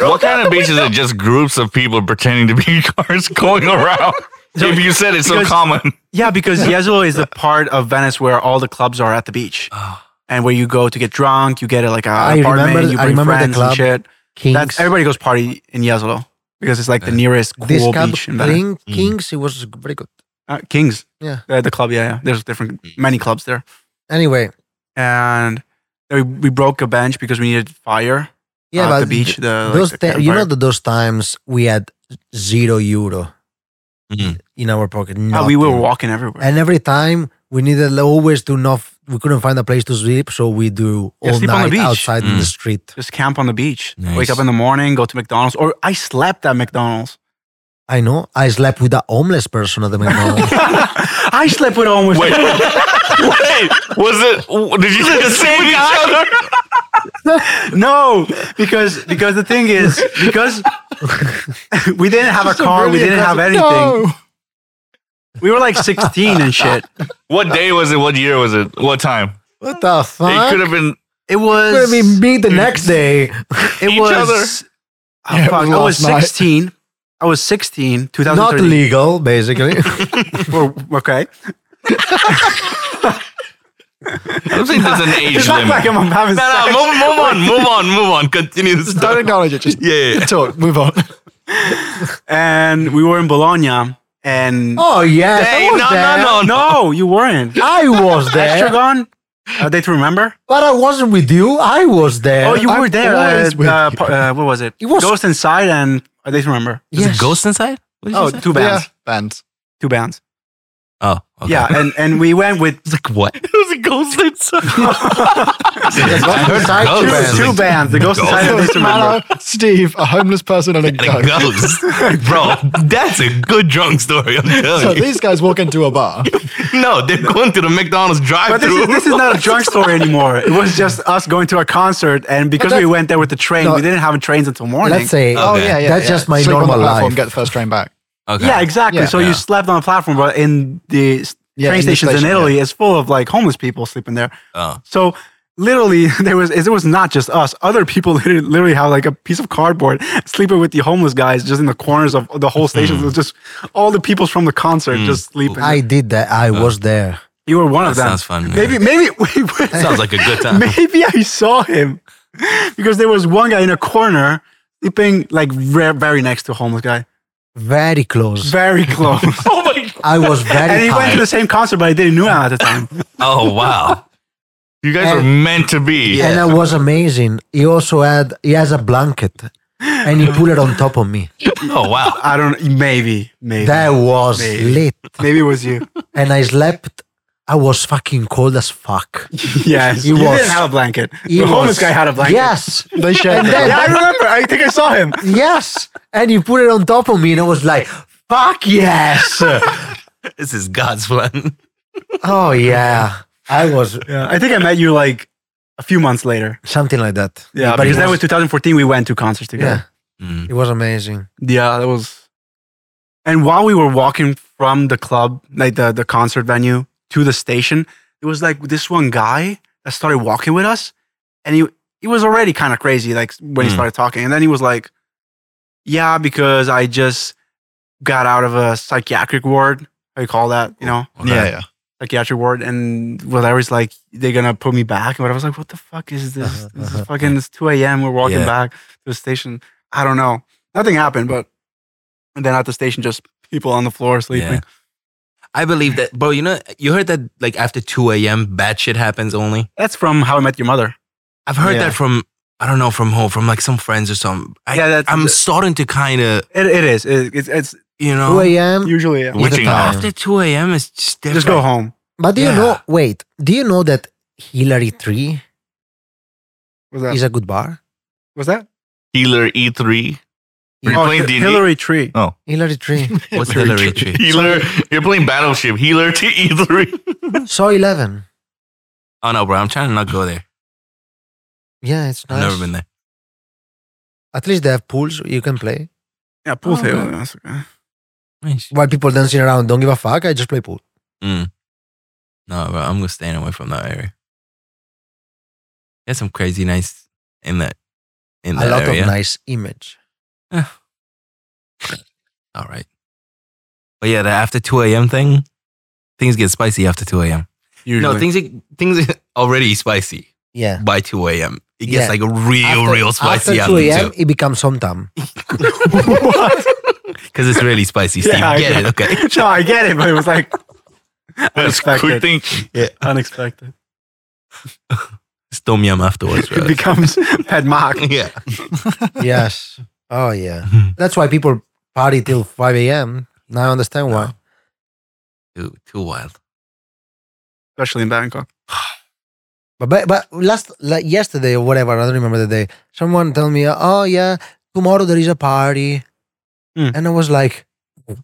Speaker 4: What kind of beach is it? Just groups of people pretending to be cars going around. if you said it's so
Speaker 3: because-
Speaker 4: common,
Speaker 3: Yeah, because Yezel is the part of Venice where all the clubs are at the beach.
Speaker 1: Oh.
Speaker 3: And where you go to get drunk, you get a, like a
Speaker 2: I
Speaker 3: apartment,
Speaker 2: remember-
Speaker 3: you
Speaker 2: I
Speaker 3: bring
Speaker 2: remember the
Speaker 3: friends and
Speaker 2: club.
Speaker 3: shit.
Speaker 2: Kings.
Speaker 3: That's everybody goes party in Yazlo because it's like the
Speaker 1: Yeah.
Speaker 3: nearest cool
Speaker 2: this club,
Speaker 3: beach. in Venice.
Speaker 2: Ring
Speaker 1: Mm.
Speaker 2: Kings, it was very good.
Speaker 3: Uh, Kings.
Speaker 2: Yeah.
Speaker 3: Uh, the club. Yeah, yeah. There's different many clubs there,
Speaker 2: Anyway,
Speaker 3: and we, we broke a bench because we needed fire.
Speaker 2: yeah,
Speaker 3: at
Speaker 2: but
Speaker 3: the beach. The,
Speaker 2: those
Speaker 3: like, the
Speaker 2: ti- you know
Speaker 3: campfire.
Speaker 2: that those times we had zero euro
Speaker 3: Mm.
Speaker 1: Mhm.
Speaker 2: in our pocket.
Speaker 3: Uh, we were
Speaker 2: nothing.
Speaker 3: walking everywhere.
Speaker 2: and every time we needed like, always to not. We couldn't find a place to sleep, so we do
Speaker 3: Yeah,
Speaker 2: all
Speaker 3: sleep on the
Speaker 2: night
Speaker 3: beach.
Speaker 2: outside in the
Speaker 1: Mm.
Speaker 2: street.
Speaker 3: just camp on the beach. Wake
Speaker 1: Nice.
Speaker 3: up in the morning, go to McDonald's, or I slept at McDonald's.
Speaker 2: I know. I slept with a homeless person at the McDonald's.
Speaker 3: I slept with almost.
Speaker 4: Wait, wait, was it? w- Did you just save each other?
Speaker 3: No, because because the thing is because we didn't have a car, we didn't have anything. We were like 16 and shit.
Speaker 4: What day was it? What year was it? What time?
Speaker 2: what the
Speaker 4: It
Speaker 2: fuck?
Speaker 4: could have been.
Speaker 3: It was
Speaker 2: Could have been me the next day.
Speaker 3: it
Speaker 4: each
Speaker 3: was
Speaker 4: other.
Speaker 3: Oh,
Speaker 5: Yeah, it
Speaker 3: fuck,
Speaker 5: was
Speaker 3: I was
Speaker 5: last night.
Speaker 3: 16. I was 16,
Speaker 2: Not
Speaker 3: 2013.
Speaker 2: legal, basically.
Speaker 3: We're- okay.
Speaker 4: I'm saying there's an age
Speaker 3: It's not
Speaker 4: limit.
Speaker 3: like I'm having
Speaker 4: no, no,
Speaker 3: sex.
Speaker 4: move, move on, move on, move on. Continue the
Speaker 5: Don't
Speaker 4: story.
Speaker 5: acknowledge it. Just
Speaker 4: Yeah, yeah, yeah.
Speaker 5: talk. Move on.
Speaker 3: And we were in Bologna and
Speaker 2: oh yeah,
Speaker 4: Hey,
Speaker 2: I was
Speaker 4: no,
Speaker 2: there.
Speaker 4: no, no, no.
Speaker 3: No, you weren't.
Speaker 2: I was there,
Speaker 3: Estragon? Are they to remember?
Speaker 2: but I wasn't with you. I was there.
Speaker 3: Oh, you
Speaker 5: I'm
Speaker 3: were there. Uh,
Speaker 5: always with
Speaker 3: uh,
Speaker 5: you.
Speaker 3: pa- uh, what was it?
Speaker 2: It was-
Speaker 3: Ghost Inside and I didn't remember.
Speaker 1: Is
Speaker 2: Yes.
Speaker 1: it ghost inside? What did you
Speaker 3: Oh,
Speaker 1: say?
Speaker 3: two bands.
Speaker 5: Yeah, band.
Speaker 3: Two bands.
Speaker 1: Oh, okay.
Speaker 3: Yeah, and, and we went with
Speaker 1: It's like what?
Speaker 4: It was a ghost inside.
Speaker 1: I heard
Speaker 2: Inside
Speaker 1: ghost.
Speaker 3: two,
Speaker 2: bands.
Speaker 3: two bands. The Ghost Inside and I didn't remember.
Speaker 5: Hello, Steve, a homeless person and a
Speaker 4: And a
Speaker 5: goat.
Speaker 4: ghost. Bro, that's a good drunk story. I'm
Speaker 5: So
Speaker 4: telling you.
Speaker 5: these guys walk into a bar.
Speaker 4: No, they're going to the McDonald's
Speaker 3: But
Speaker 4: drive
Speaker 3: this
Speaker 4: through.
Speaker 3: is, this is not a drunk story anymore. It was just us going to a concert, and because we
Speaker 5: that's-
Speaker 3: went there with the train,
Speaker 2: No.
Speaker 3: we didn't have trains until morning.
Speaker 2: Let's say
Speaker 5: Oh
Speaker 1: Okay.
Speaker 5: yeah, yeah.
Speaker 2: That's
Speaker 5: yeah.
Speaker 2: just my
Speaker 5: Sleep on
Speaker 2: normal
Speaker 5: the platform,
Speaker 2: life.
Speaker 5: Get the first train back.
Speaker 1: Okay.
Speaker 3: Yeah, exactly.
Speaker 5: Yeah.
Speaker 3: so
Speaker 1: Yeah.
Speaker 3: you slept on a platform, but in the s-
Speaker 5: Yeah,
Speaker 3: train
Speaker 5: in the
Speaker 3: stations
Speaker 5: station,
Speaker 3: in Italy, it's full of like homeless people sleeping there.
Speaker 1: Oh.
Speaker 3: So literally, there was it was not just us. Other people literally, literally have like a piece of cardboard sleeping with the homeless guys just in the corners of the whole station.
Speaker 1: Hmm.
Speaker 3: It was just all the people's from the concert just sleeping.
Speaker 2: I did that. I was there.
Speaker 3: you were one of
Speaker 1: That
Speaker 3: them.
Speaker 1: sounds fun. man.
Speaker 3: Maybe maybe wait, wait.
Speaker 1: sounds like a good time.
Speaker 3: maybe I saw him because there was one guy in a corner sleeping like re- very next to a homeless guy,
Speaker 2: Very close.
Speaker 3: very close.
Speaker 4: Oh
Speaker 2: I was very
Speaker 3: and he went to
Speaker 2: tired.
Speaker 3: the same concert, but I didn't know him at the time.
Speaker 1: Oh wow.
Speaker 4: you guys are meant to be.
Speaker 2: And I was amazing. He also had he has a blanket and he put it on top of me.
Speaker 1: Oh wow.
Speaker 3: I don't. Maybe, maybe,
Speaker 2: That was
Speaker 3: Maybe.
Speaker 2: lit.
Speaker 3: maybe it was you.
Speaker 2: And I slept. I was fucking cold as fuck.
Speaker 3: yes,
Speaker 2: He
Speaker 3: you
Speaker 2: was-
Speaker 3: didn't have a blanket.
Speaker 2: He
Speaker 3: the homeless
Speaker 2: was-
Speaker 3: guy had a blanket.
Speaker 2: Yes.
Speaker 5: They shared.
Speaker 2: And
Speaker 5: the
Speaker 2: then-
Speaker 3: yeah, I remember. I think I saw him.
Speaker 2: Yes. And he put it on top of me and I was like, fuck yes.
Speaker 1: This is God's plan.
Speaker 2: oh yeah. I was
Speaker 3: Yeah, I think I met you like a few months later.
Speaker 2: something like that.
Speaker 3: Yeah,
Speaker 2: But
Speaker 3: because
Speaker 2: it
Speaker 3: that was
Speaker 2: was,
Speaker 3: 2014. We went to concerts
Speaker 2: yeah.
Speaker 3: together.
Speaker 1: Mm.
Speaker 2: It was amazing.
Speaker 3: Yeah, that was. And while we were walking from the club, like the the concert venue, to the station, it was like this one guy that started walking with us, and he he was already kind of crazy, like when he
Speaker 1: Hmm.
Speaker 3: started talking, and then he was like, "Yeah, because I just got out of a psychiatric ward. How you call that? You know,
Speaker 1: Okay.
Speaker 5: Yeah, yeah.
Speaker 3: psychiatric ward and whatever's like they're gonna put me back and whatever. I was like, what the fuck is this?
Speaker 2: Uh-huh,
Speaker 3: This
Speaker 2: uh-huh,
Speaker 3: is fucking it's 2 a.m. We're walking
Speaker 1: Yeah.
Speaker 3: back to the station. I don't know. Nothing happened, but and then at the station just people on the floor sleeping.
Speaker 1: Yeah. I believe that, bro. You know, you heard that like after 2 a.m. bad shit happens only.
Speaker 3: That's from how I met your mother.
Speaker 1: I've heard
Speaker 5: Yeah.
Speaker 1: that from I don't know from who, from like some friends or something. I,
Speaker 3: yeah, that's
Speaker 1: I'm starting to kind of
Speaker 3: it, it is. It, it's it's
Speaker 1: you
Speaker 2: 2
Speaker 1: know
Speaker 2: a.m.
Speaker 3: usually yeah.
Speaker 2: With the
Speaker 4: Witching
Speaker 2: time.
Speaker 1: after 2 a.m. is just different.
Speaker 3: just go home.
Speaker 2: But do you
Speaker 1: Yeah.
Speaker 2: know? Wait, do you know that Hillary Tree
Speaker 3: Was that
Speaker 2: is a good bar?
Speaker 3: was that?
Speaker 4: Healer E3. You're
Speaker 3: Oh,
Speaker 4: playing
Speaker 3: Hi-
Speaker 4: D&D.
Speaker 3: Hillary Tree.
Speaker 2: Hillary Tree.
Speaker 1: What's Hillary Tree?
Speaker 4: Healer. You're playing Battleship. Healer to E E3.
Speaker 2: so eleven.
Speaker 1: Oh no, bro. I'm trying to not go there.
Speaker 2: Yeah, it's
Speaker 1: I've
Speaker 2: nice.
Speaker 1: never been there.
Speaker 2: At least they have pools you can play.
Speaker 3: Yeah, pool
Speaker 1: Oh,
Speaker 3: table.
Speaker 1: okay.
Speaker 3: That's okay.
Speaker 1: Nice.
Speaker 2: While people dancing around, don't give a fuck. I just play pool.
Speaker 1: No, bro. I'm gonna staying away from that area. There's some crazy nights in that in that
Speaker 2: a lot
Speaker 1: area.
Speaker 2: of nice image.
Speaker 1: All right. But yeah, the after 2 a.m. thing, things get spicy after 2 a.m.
Speaker 3: Usually.
Speaker 1: No, things get- things are already spicy
Speaker 2: Yeah.
Speaker 1: by 2 a.m. It gets
Speaker 2: Yeah.
Speaker 1: like real,
Speaker 2: After-
Speaker 1: real spicy
Speaker 2: After
Speaker 1: after,
Speaker 2: 2 a.m.,
Speaker 1: too.
Speaker 2: it becomes sometime.
Speaker 1: Because it's really spicy, Steve.
Speaker 3: I
Speaker 1: Get it, okay.
Speaker 3: no, I get it, but it was like
Speaker 4: That's quick
Speaker 3: Unexpected.
Speaker 4: thinking.
Speaker 3: unexpected.
Speaker 1: It's Tom Yum afterwards,
Speaker 3: It
Speaker 1: right?
Speaker 3: becomes head mock.
Speaker 1: yeah.
Speaker 2: yes. Oh, yeah. That's why people party till 5 a.m. Now I understand why.
Speaker 1: Too, too wild.
Speaker 3: especially in Bangkok.
Speaker 2: But, but but last like yesterday or whatever, I don't remember the day. Someone told me, "Oh yeah, tomorrow there is a party,"
Speaker 3: Hmm.
Speaker 2: and I was like,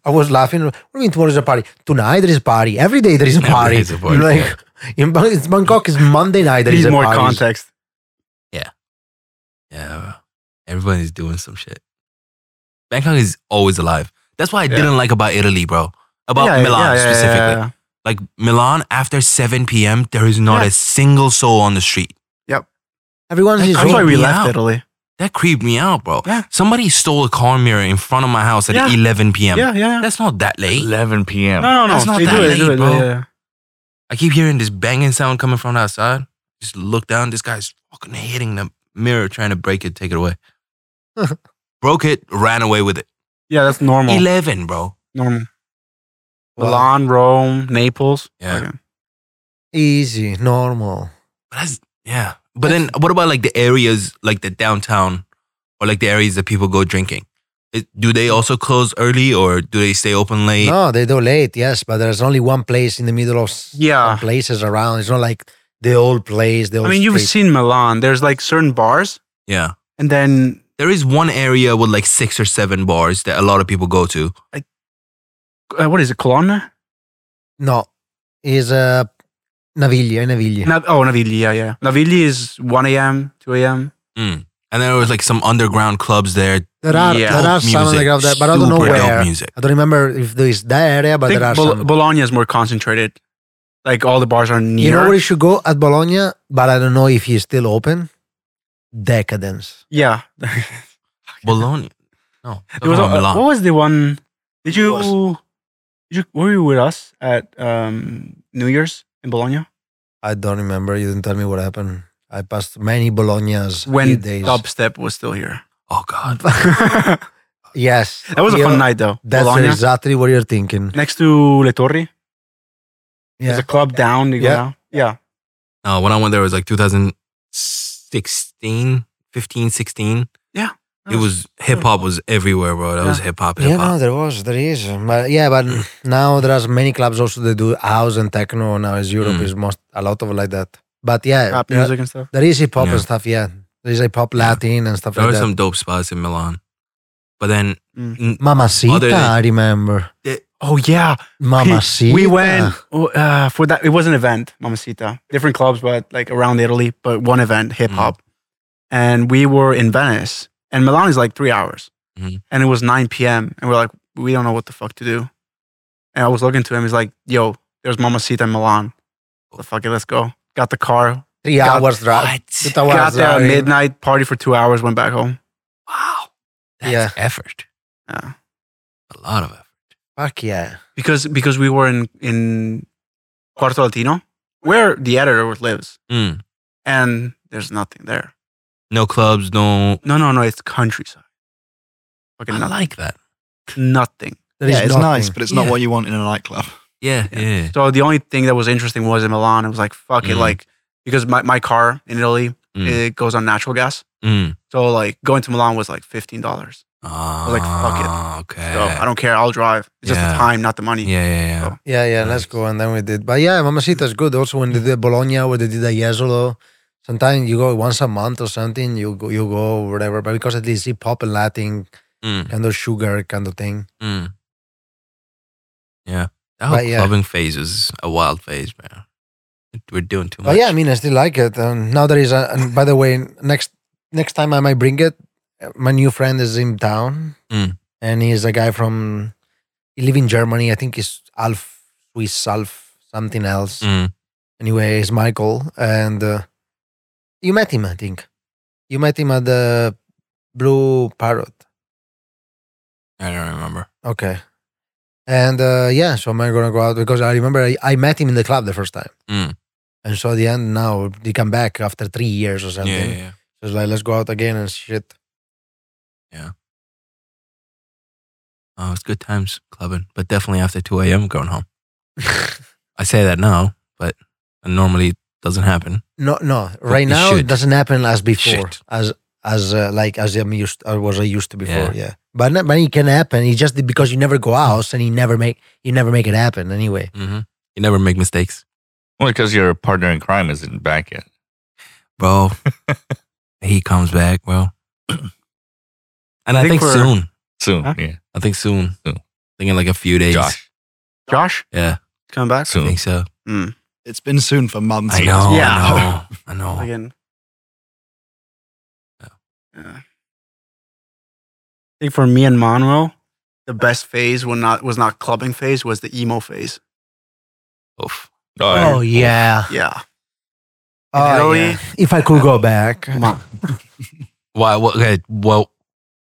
Speaker 2: I was laughing. What do you mean tomorrow is a party? Tonight there is a party. Every day there is a
Speaker 1: Every
Speaker 2: party.
Speaker 1: day is a party,
Speaker 2: You're like in Bang- it's Bangkok is Monday night. There is
Speaker 3: Need
Speaker 2: a
Speaker 3: more
Speaker 2: party.
Speaker 3: context.
Speaker 1: Yeah. bro. Everybody's doing some shit. Bangkok is always alive. That's what I didn't like about Italy, bro. About
Speaker 3: Yeah,
Speaker 1: Milan
Speaker 3: yeah, yeah, yeah,
Speaker 1: specifically.
Speaker 3: yeah.
Speaker 1: Like Milan after 7 p.m., there is not
Speaker 3: Yeah.
Speaker 1: a single soul on the street.
Speaker 2: Everyone's
Speaker 1: That's
Speaker 2: is
Speaker 1: Creep
Speaker 3: That's why we
Speaker 1: me
Speaker 3: left
Speaker 1: out.
Speaker 3: Italy.
Speaker 1: That creeped me out, bro.
Speaker 3: Yeah.
Speaker 1: Somebody stole a car mirror in front of my house at
Speaker 3: Yeah.
Speaker 1: 11 p.m.
Speaker 3: Yeah, yeah, yeah.
Speaker 1: That's not that late.
Speaker 4: 11 p.m.
Speaker 3: No, no, no.
Speaker 1: That's not
Speaker 3: they
Speaker 1: that
Speaker 3: do it, they do
Speaker 1: late,
Speaker 3: it,
Speaker 1: bro.
Speaker 3: yeah, yeah.
Speaker 1: I keep hearing this banging sound coming from the outside. Just look down. This guy's fucking hitting the mirror, trying to break it, take it away. Broke it, ran away with it.
Speaker 3: Yeah, that's normal.
Speaker 1: Eleven, bro.
Speaker 3: normal. Milan, Rome, Naples.
Speaker 1: Yeah,
Speaker 3: Okay.
Speaker 2: easy, normal.
Speaker 1: but that's yeah. But then, what about like the areas, like the downtown, or like the areas that people go drinking? It, do they also close early, or do they stay open late?
Speaker 2: No, they do late, yes, but there's only one place in the middle of s-
Speaker 3: Yeah.
Speaker 2: places around. It's not like the old place. The old
Speaker 3: Oh, I mean, you've
Speaker 2: street.
Speaker 3: seen Milan. There's like certain bars,
Speaker 1: Yeah,
Speaker 3: and then
Speaker 1: there is one area with like six or seven bars that a lot of people go to.
Speaker 3: uh, what is it, Colonna?
Speaker 2: no, is uh, Naviglia, Naviglia.
Speaker 3: Nav- oh, Navigli. Yeah, yeah. Navigli is 1 a.m., 2 a.m.
Speaker 1: And there was like some underground clubs there.
Speaker 2: There are
Speaker 3: Yeah.
Speaker 2: there are
Speaker 1: Dope
Speaker 2: some
Speaker 1: music,
Speaker 2: underground there, but I don't know
Speaker 1: super dope
Speaker 2: where.
Speaker 1: music.
Speaker 2: I don't remember if there is that area, but
Speaker 3: I think
Speaker 2: there are
Speaker 3: Bol-
Speaker 2: some.
Speaker 3: Bologna is more concentrated. Like all the bars are near.
Speaker 2: you know where you should go at Bologna, but I don't know if he's still open. Decadence.
Speaker 3: yeah.
Speaker 1: Bologna. No,
Speaker 3: There was
Speaker 1: no,
Speaker 3: a- uh,
Speaker 1: Milan.
Speaker 3: what was the one? Did you,
Speaker 5: What
Speaker 3: did you were you with us at um, New Year's in Bologna
Speaker 2: I don't remember. You didn't tell me what happened. I passed many Bolognas
Speaker 3: when
Speaker 2: eight days.
Speaker 3: dubstep was still here?
Speaker 1: Oh God,
Speaker 3: that
Speaker 2: Yes,
Speaker 3: was a
Speaker 2: Yeah,
Speaker 3: fun night though.
Speaker 2: That's
Speaker 3: Bologna
Speaker 2: exactly what you're thinking.
Speaker 3: next to Le Torri. There's
Speaker 2: Yeah,
Speaker 3: a club down. You go
Speaker 2: Yeah.
Speaker 3: down. yeah.
Speaker 1: no, Uh, when I went there it was like 2016, 15, 16.
Speaker 3: Yeah.
Speaker 1: It was hip hop was everywhere, bro. That was hip hop,
Speaker 2: yeah,
Speaker 1: hip
Speaker 2: no,
Speaker 1: hop.
Speaker 2: there was, there is, but yeah, but now there are many clubs also that do house and techno. Now as Europe
Speaker 1: Mm.
Speaker 2: is most a lot of like that. But yeah,
Speaker 3: Rap
Speaker 2: there-
Speaker 3: music and stuff.
Speaker 2: there is hip hop
Speaker 1: Yeah.
Speaker 2: and stuff. Yeah, there is hip hop Latin and stuff
Speaker 1: There
Speaker 2: like
Speaker 1: were
Speaker 2: that.
Speaker 1: some dope spots in Milan, but then Other
Speaker 2: Mamacita,
Speaker 1: than-
Speaker 2: I remember.
Speaker 3: Oh yeah,
Speaker 2: Mamacita.
Speaker 3: we went oh, uh, for that. It was an event, Mamacita. Different clubs, but like around Italy, but one event, hip
Speaker 1: Mm.
Speaker 3: hop. And we were in Venice, and Milan is like three hours,
Speaker 1: Mhm.
Speaker 3: and it was 9 p.m. And we're like, we don't know what the fuck to do. And I was looking to him. He's like, Yo, there's Mamacita in Milan. The fuck it, let's go. Got the car.
Speaker 2: Three
Speaker 3: Got-
Speaker 2: hours drive. Two
Speaker 1: what?
Speaker 2: hours
Speaker 3: got there at
Speaker 2: drive.
Speaker 3: midnight. Party for two hours. Went back home.
Speaker 1: Wow, that's
Speaker 2: Yeah.
Speaker 1: effort.
Speaker 3: Yeah.
Speaker 1: A lot of effort.
Speaker 2: Fuck yeah.
Speaker 3: because because we were in in Puerto Latino, where the editor lives,
Speaker 1: Mm.
Speaker 3: and there's nothing there.
Speaker 1: No clubs, no.
Speaker 3: No, no, no. It's countryside. Fucking
Speaker 1: I
Speaker 3: nothing.
Speaker 1: like that.
Speaker 3: nothing.
Speaker 2: There is
Speaker 5: yeah, it's
Speaker 2: nothing.
Speaker 5: nice, but it's not
Speaker 1: Yeah.
Speaker 5: what you want in a nightclub.
Speaker 1: Yeah, yeah.
Speaker 3: Yeah. So the only thing that was interesting was in Milan. It was like fuck it,
Speaker 1: Mm.
Speaker 3: like because my, my car in Italy
Speaker 1: Mm.
Speaker 3: it goes on natural gas.
Speaker 1: Mm.
Speaker 3: So like going to Milan was like fifteen dollars.
Speaker 1: Ah,
Speaker 3: like, fuck it.
Speaker 1: Okay.
Speaker 3: So I don't care. I'll drive. It's just
Speaker 1: Yeah.
Speaker 3: the time, not the money.
Speaker 1: yeah, yeah, yeah.
Speaker 3: So-
Speaker 2: Yeah, yeah, let's go. And then we did. But yeah, Mamacita is good. Also, when they did Bologna, where they did a Jesolo, sometimes you go once a month or something, you go, you go whatever. But because at least hip hop and Latin,
Speaker 1: Mm,
Speaker 2: kind of sugar kind of thing.
Speaker 1: mm. Yeah. That whole
Speaker 2: But yeah.
Speaker 1: clubbing phase is a wild phase, man. We're doing too much.
Speaker 2: But yeah, I mean, I still like it. And now there is a, and by the way, next next time I might bring it, my new friend is in town,
Speaker 1: Mm.
Speaker 2: and he's a guy from, he live in Germany. I think he's Alf Swiss Alf something else.
Speaker 1: Mm.
Speaker 2: Anyway, he's Michael, and uh, you met him, I think. You met him at the Blue Parrot.
Speaker 1: I don't remember.
Speaker 2: Okay. And uh, yeah, so I'm not gonna go out because I remember I, I met him in the club the first time.
Speaker 1: Mm.
Speaker 2: And so at the end now he come back after three years or something.
Speaker 1: Yeah, yeah, yeah.
Speaker 2: So it's like, let's go out again and shit.
Speaker 1: Oh, it's good times clubbing, but definitely after 2 a.m. going home. I say that now, but it normally doesn't happen.
Speaker 2: No, no. Right
Speaker 1: you
Speaker 2: now it
Speaker 1: should.
Speaker 2: doesn't happen as before,
Speaker 1: should.
Speaker 2: as as uh, like as I'm used, I was I used to
Speaker 1: Yeah.
Speaker 2: before. Yeah. But no, but it can happen. It's just because you never go out and you never make you never make it happen anyway.
Speaker 1: Mm-hmm. You never make mistakes,
Speaker 4: Well, because your partner in crime isn't back yet.
Speaker 1: bro. he comes back, bro. And I,
Speaker 3: I
Speaker 1: think,
Speaker 3: think we're-
Speaker 1: soon.
Speaker 4: Soon.
Speaker 3: Huh?
Speaker 4: Yeah.
Speaker 1: I think soon.
Speaker 4: Soon.
Speaker 1: think in like a few days.
Speaker 4: Josh.
Speaker 3: Josh
Speaker 1: Yeah,
Speaker 3: coming back
Speaker 1: I
Speaker 4: Soon.
Speaker 1: think so.
Speaker 5: It's been soon for months.
Speaker 1: I know.
Speaker 3: Yeah.
Speaker 1: I know. I know.
Speaker 3: again.
Speaker 1: Yeah.
Speaker 3: Yeah. I think for me and Monroe, the best phase when not was not clubbing phase was the emo phase.
Speaker 1: Oof.
Speaker 4: Oh,
Speaker 2: Oh yeah.
Speaker 3: Yeah,
Speaker 2: Oh,
Speaker 3: Italy?
Speaker 2: yeah. If I could go back,
Speaker 1: Why? What? Okay, well,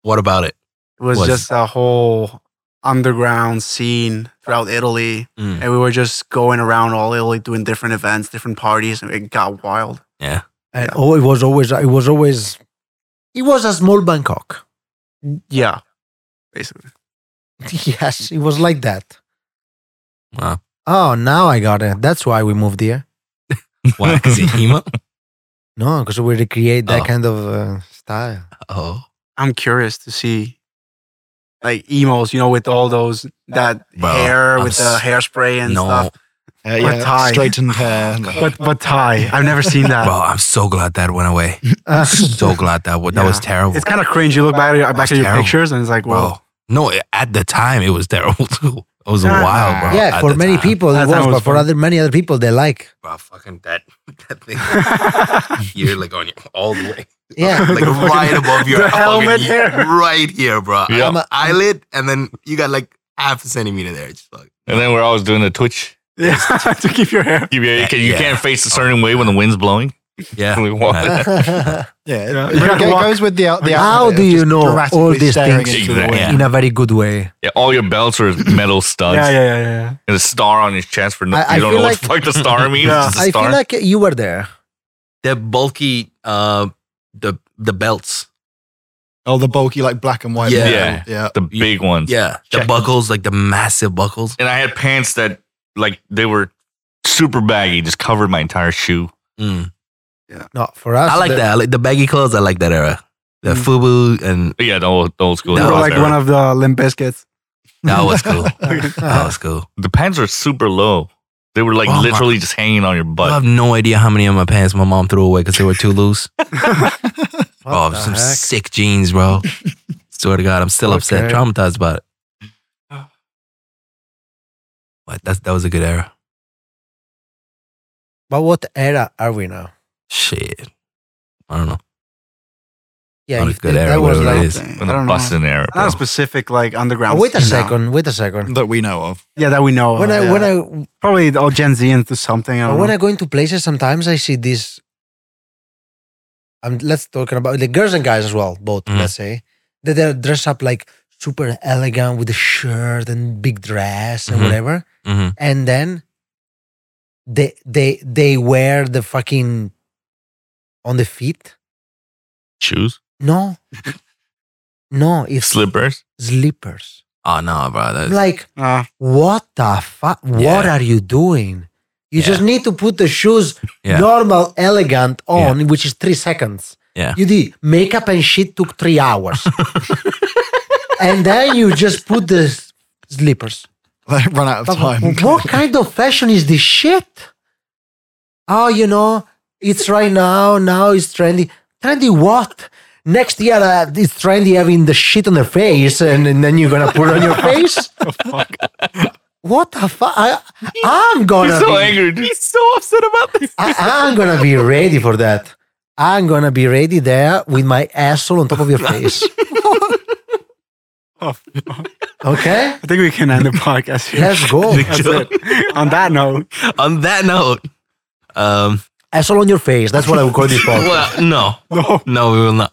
Speaker 1: what about it?
Speaker 3: it was
Speaker 1: Was-
Speaker 3: just a whole underground scene throughout Italy,
Speaker 1: Mm.
Speaker 3: and we were just going around all Italy doing different events, different parties, and it got wild.
Speaker 2: and oh, it was always it was always it was a small Bangkok.
Speaker 3: Yeah, basically.
Speaker 2: yes, it was like that.
Speaker 1: Wow.
Speaker 2: Oh, now I got it. That's why we moved here.
Speaker 1: Why? Because you emo?
Speaker 2: No, because we recreate that
Speaker 1: Oh.
Speaker 2: kind of uh, style.
Speaker 1: Oh,
Speaker 3: I'm curious to see. Like emos, you know, with all those that
Speaker 1: Bro,
Speaker 3: hair
Speaker 1: I'm
Speaker 3: with the
Speaker 1: s-
Speaker 3: hairspray and
Speaker 1: no,
Speaker 3: stuff.
Speaker 5: Uh,
Speaker 3: Or
Speaker 5: yeah,
Speaker 3: tie.
Speaker 5: straightened hair. like-
Speaker 3: But but Thai, I've never seen that.
Speaker 1: bro. I'm so glad that went away.
Speaker 2: Uh,
Speaker 1: so glad that wa- that was
Speaker 3: Yeah.
Speaker 1: terrible.
Speaker 3: It's kind of cringe. You look back at, back
Speaker 1: That's
Speaker 3: at your
Speaker 1: terrible.
Speaker 3: pictures and it's like,
Speaker 1: bro.
Speaker 3: well,
Speaker 1: No, at the time it was terrible too. It was
Speaker 3: Yeah.
Speaker 1: wild, bro.
Speaker 2: yeah,
Speaker 1: At
Speaker 2: for
Speaker 1: the
Speaker 2: many
Speaker 1: time.
Speaker 2: people it
Speaker 3: That's
Speaker 2: was,
Speaker 3: how it was
Speaker 2: but for
Speaker 3: fun.
Speaker 2: other many other people they like.
Speaker 1: Bro, fucking that that thing. You're like on your all the way,
Speaker 2: Yeah,
Speaker 1: like
Speaker 3: The fucking-
Speaker 1: right above your
Speaker 3: the helmet
Speaker 1: fucking-
Speaker 3: hair.
Speaker 1: right here, bro.
Speaker 4: Yeah.
Speaker 1: I'm an eyelid, and then you got like half a centimeter there. It's like,
Speaker 4: And then we're always doing the twitch.
Speaker 3: yeah, to keep your hair.
Speaker 4: You, you, can, you
Speaker 1: Yeah.
Speaker 4: can't face a certain way when the wind's blowing.
Speaker 1: yeah,
Speaker 4: We walk-
Speaker 5: Yeah,
Speaker 3: Yeah.
Speaker 5: it,
Speaker 3: You
Speaker 5: it
Speaker 3: gotta
Speaker 5: go-
Speaker 3: walk.
Speaker 5: goes with the out- the
Speaker 2: How
Speaker 5: outfit of
Speaker 2: do you
Speaker 5: just
Speaker 2: know all
Speaker 5: drastically
Speaker 2: these
Speaker 5: staring
Speaker 2: things?
Speaker 5: into the
Speaker 4: Exactly.
Speaker 5: wind.
Speaker 2: in a very good way.
Speaker 4: Yeah, all your belts are metal studs.
Speaker 3: Yeah, yeah, yeah, yeah.
Speaker 4: And a star on his chest for no.
Speaker 2: I- I
Speaker 4: you don't
Speaker 2: feel
Speaker 4: know
Speaker 2: like-
Speaker 4: what the fuck the star means.
Speaker 3: Yeah.
Speaker 4: It's a
Speaker 2: I
Speaker 4: star.
Speaker 2: feel like you were there.
Speaker 1: the bulky, uh, the the belts.
Speaker 5: Oh, the bulky like black and white.
Speaker 1: Yeah.
Speaker 5: metal. yeah.
Speaker 4: the big ones.
Speaker 1: Yeah, the
Speaker 4: Check.
Speaker 1: buckles, like the massive buckles.
Speaker 4: And I had pants that like they were super baggy, just covered my entire shoe.
Speaker 1: Mm.
Speaker 2: No, for us,
Speaker 1: I like
Speaker 2: the-
Speaker 1: that. I like the baggy clothes. I like that era. The
Speaker 3: Mm.
Speaker 1: FUBU and
Speaker 4: But yeah, the old, the old school.
Speaker 1: That
Speaker 3: You
Speaker 4: That
Speaker 3: were
Speaker 1: was
Speaker 3: like
Speaker 4: era.
Speaker 3: one of the Limp Bizkits.
Speaker 1: that was cool. that was cool.
Speaker 4: the pants are super low. They were like
Speaker 1: Oh my-
Speaker 4: literally just hanging on your
Speaker 1: I
Speaker 4: butt.
Speaker 1: have no idea how many of my pants my mom threw away because they were too loose.
Speaker 2: What
Speaker 1: oh,
Speaker 2: the
Speaker 1: some
Speaker 2: heck?
Speaker 1: sick jeans, bro. Swear to God, I'm still upset,
Speaker 2: Okay.
Speaker 1: traumatized about it. But that's, that was a good era.
Speaker 2: But what era are we now?
Speaker 1: Shit. I don't know.
Speaker 2: Yeah,
Speaker 1: Not a
Speaker 2: if
Speaker 1: good
Speaker 2: that-
Speaker 1: era,
Speaker 2: that was
Speaker 1: whatever it
Speaker 2: like.
Speaker 1: is.
Speaker 3: I
Speaker 4: In the
Speaker 3: don't know.
Speaker 4: busting era, bro.
Speaker 3: Not a specific like underground.
Speaker 2: Oh, wait a
Speaker 3: scene now.
Speaker 2: second. Wait a second.
Speaker 5: that we know of.
Speaker 3: Yeah, that we
Speaker 1: Oh,
Speaker 3: know.
Speaker 2: When
Speaker 3: of,
Speaker 2: I
Speaker 3: yeah.
Speaker 2: when I
Speaker 3: probably all Gen Z into something. I don't
Speaker 2: when
Speaker 3: know.
Speaker 2: I go into places, sometimes I see this. I'm let's talking about the girls and guys as well, both.
Speaker 3: Mm-hmm.
Speaker 1: Mhm.
Speaker 2: Let's say that they're dressed up like super elegant with a shirt and big dress and
Speaker 3: Mm-hmm.
Speaker 1: Mhm.
Speaker 2: whatever,
Speaker 1: hmm
Speaker 2: and then they they they wear the fucking on the feet.
Speaker 4: Shoes,
Speaker 2: No, no, it's
Speaker 4: slippers.
Speaker 2: slippers.
Speaker 1: Oh, no, bro. That's,
Speaker 2: I'm like,
Speaker 3: Uh,
Speaker 2: what the fuck? What
Speaker 1: Yeah.
Speaker 2: are you doing? You
Speaker 1: Yeah.
Speaker 2: just need to put the shoes
Speaker 1: Yeah.
Speaker 2: normal, elegant on, which is three seconds.
Speaker 1: Yeah.
Speaker 2: You did makeup and shit took three hours. and then you just put the s- slippers.
Speaker 5: They run out of
Speaker 2: But
Speaker 5: time.
Speaker 2: What kind of fashion is this shit? Oh, you know, it's right now. Now it's trendy. Trendy what? Next year, uh, it's trendy having the shit on the face, and, and then you're gonna put it on your face. What the fuck? I, I'm gonna.
Speaker 4: He's so
Speaker 2: be,
Speaker 4: angry. dude.
Speaker 2: I, I'm gonna be ready for that. I'm gonna be ready there with my asshole on top of your face.
Speaker 3: oh,
Speaker 2: Okay,
Speaker 3: I think we can end the podcast here.
Speaker 2: let's go.
Speaker 3: That's it. On that note,
Speaker 1: on that note, um,
Speaker 2: Asshole on your face. That's what I would call this podcast.
Speaker 1: well, no,
Speaker 3: no.
Speaker 1: no, we will not.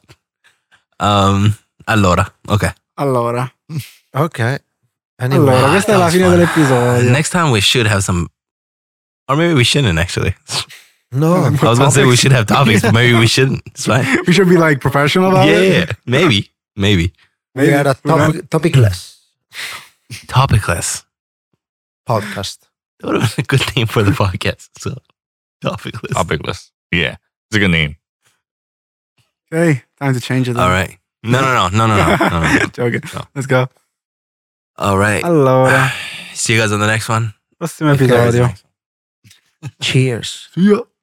Speaker 1: Um, allora, okay.
Speaker 3: Allora,
Speaker 2: Okay. Anyway,
Speaker 3: allora, questa è
Speaker 1: that
Speaker 3: la
Speaker 1: was
Speaker 3: fine
Speaker 1: fun.
Speaker 2: Uh,
Speaker 3: dell'episodio.
Speaker 1: Next time we should have some, or maybe we shouldn't actually.
Speaker 2: No,
Speaker 1: I was gonna say we should have topics, but maybe we shouldn't. It's fine.
Speaker 3: We should be like professional about
Speaker 1: Yeah,
Speaker 3: it.
Speaker 1: yeah, maybe, maybe
Speaker 2: we are a topic, topicless
Speaker 1: topicless.
Speaker 2: podcast.
Speaker 1: That would have been a good name for the podcast. So topicless.
Speaker 4: Topicless. Yeah. It's a good name.
Speaker 3: Okay, time to change it.
Speaker 1: All right. Uh-huh. No, no, no, no, no, no, no, no.
Speaker 3: Joking.
Speaker 1: No.
Speaker 3: Let's go.
Speaker 1: All right.
Speaker 3: Allora,
Speaker 1: See you guys on the next one.
Speaker 3: prossimo episodio.
Speaker 2: Cheers.
Speaker 5: Yeah.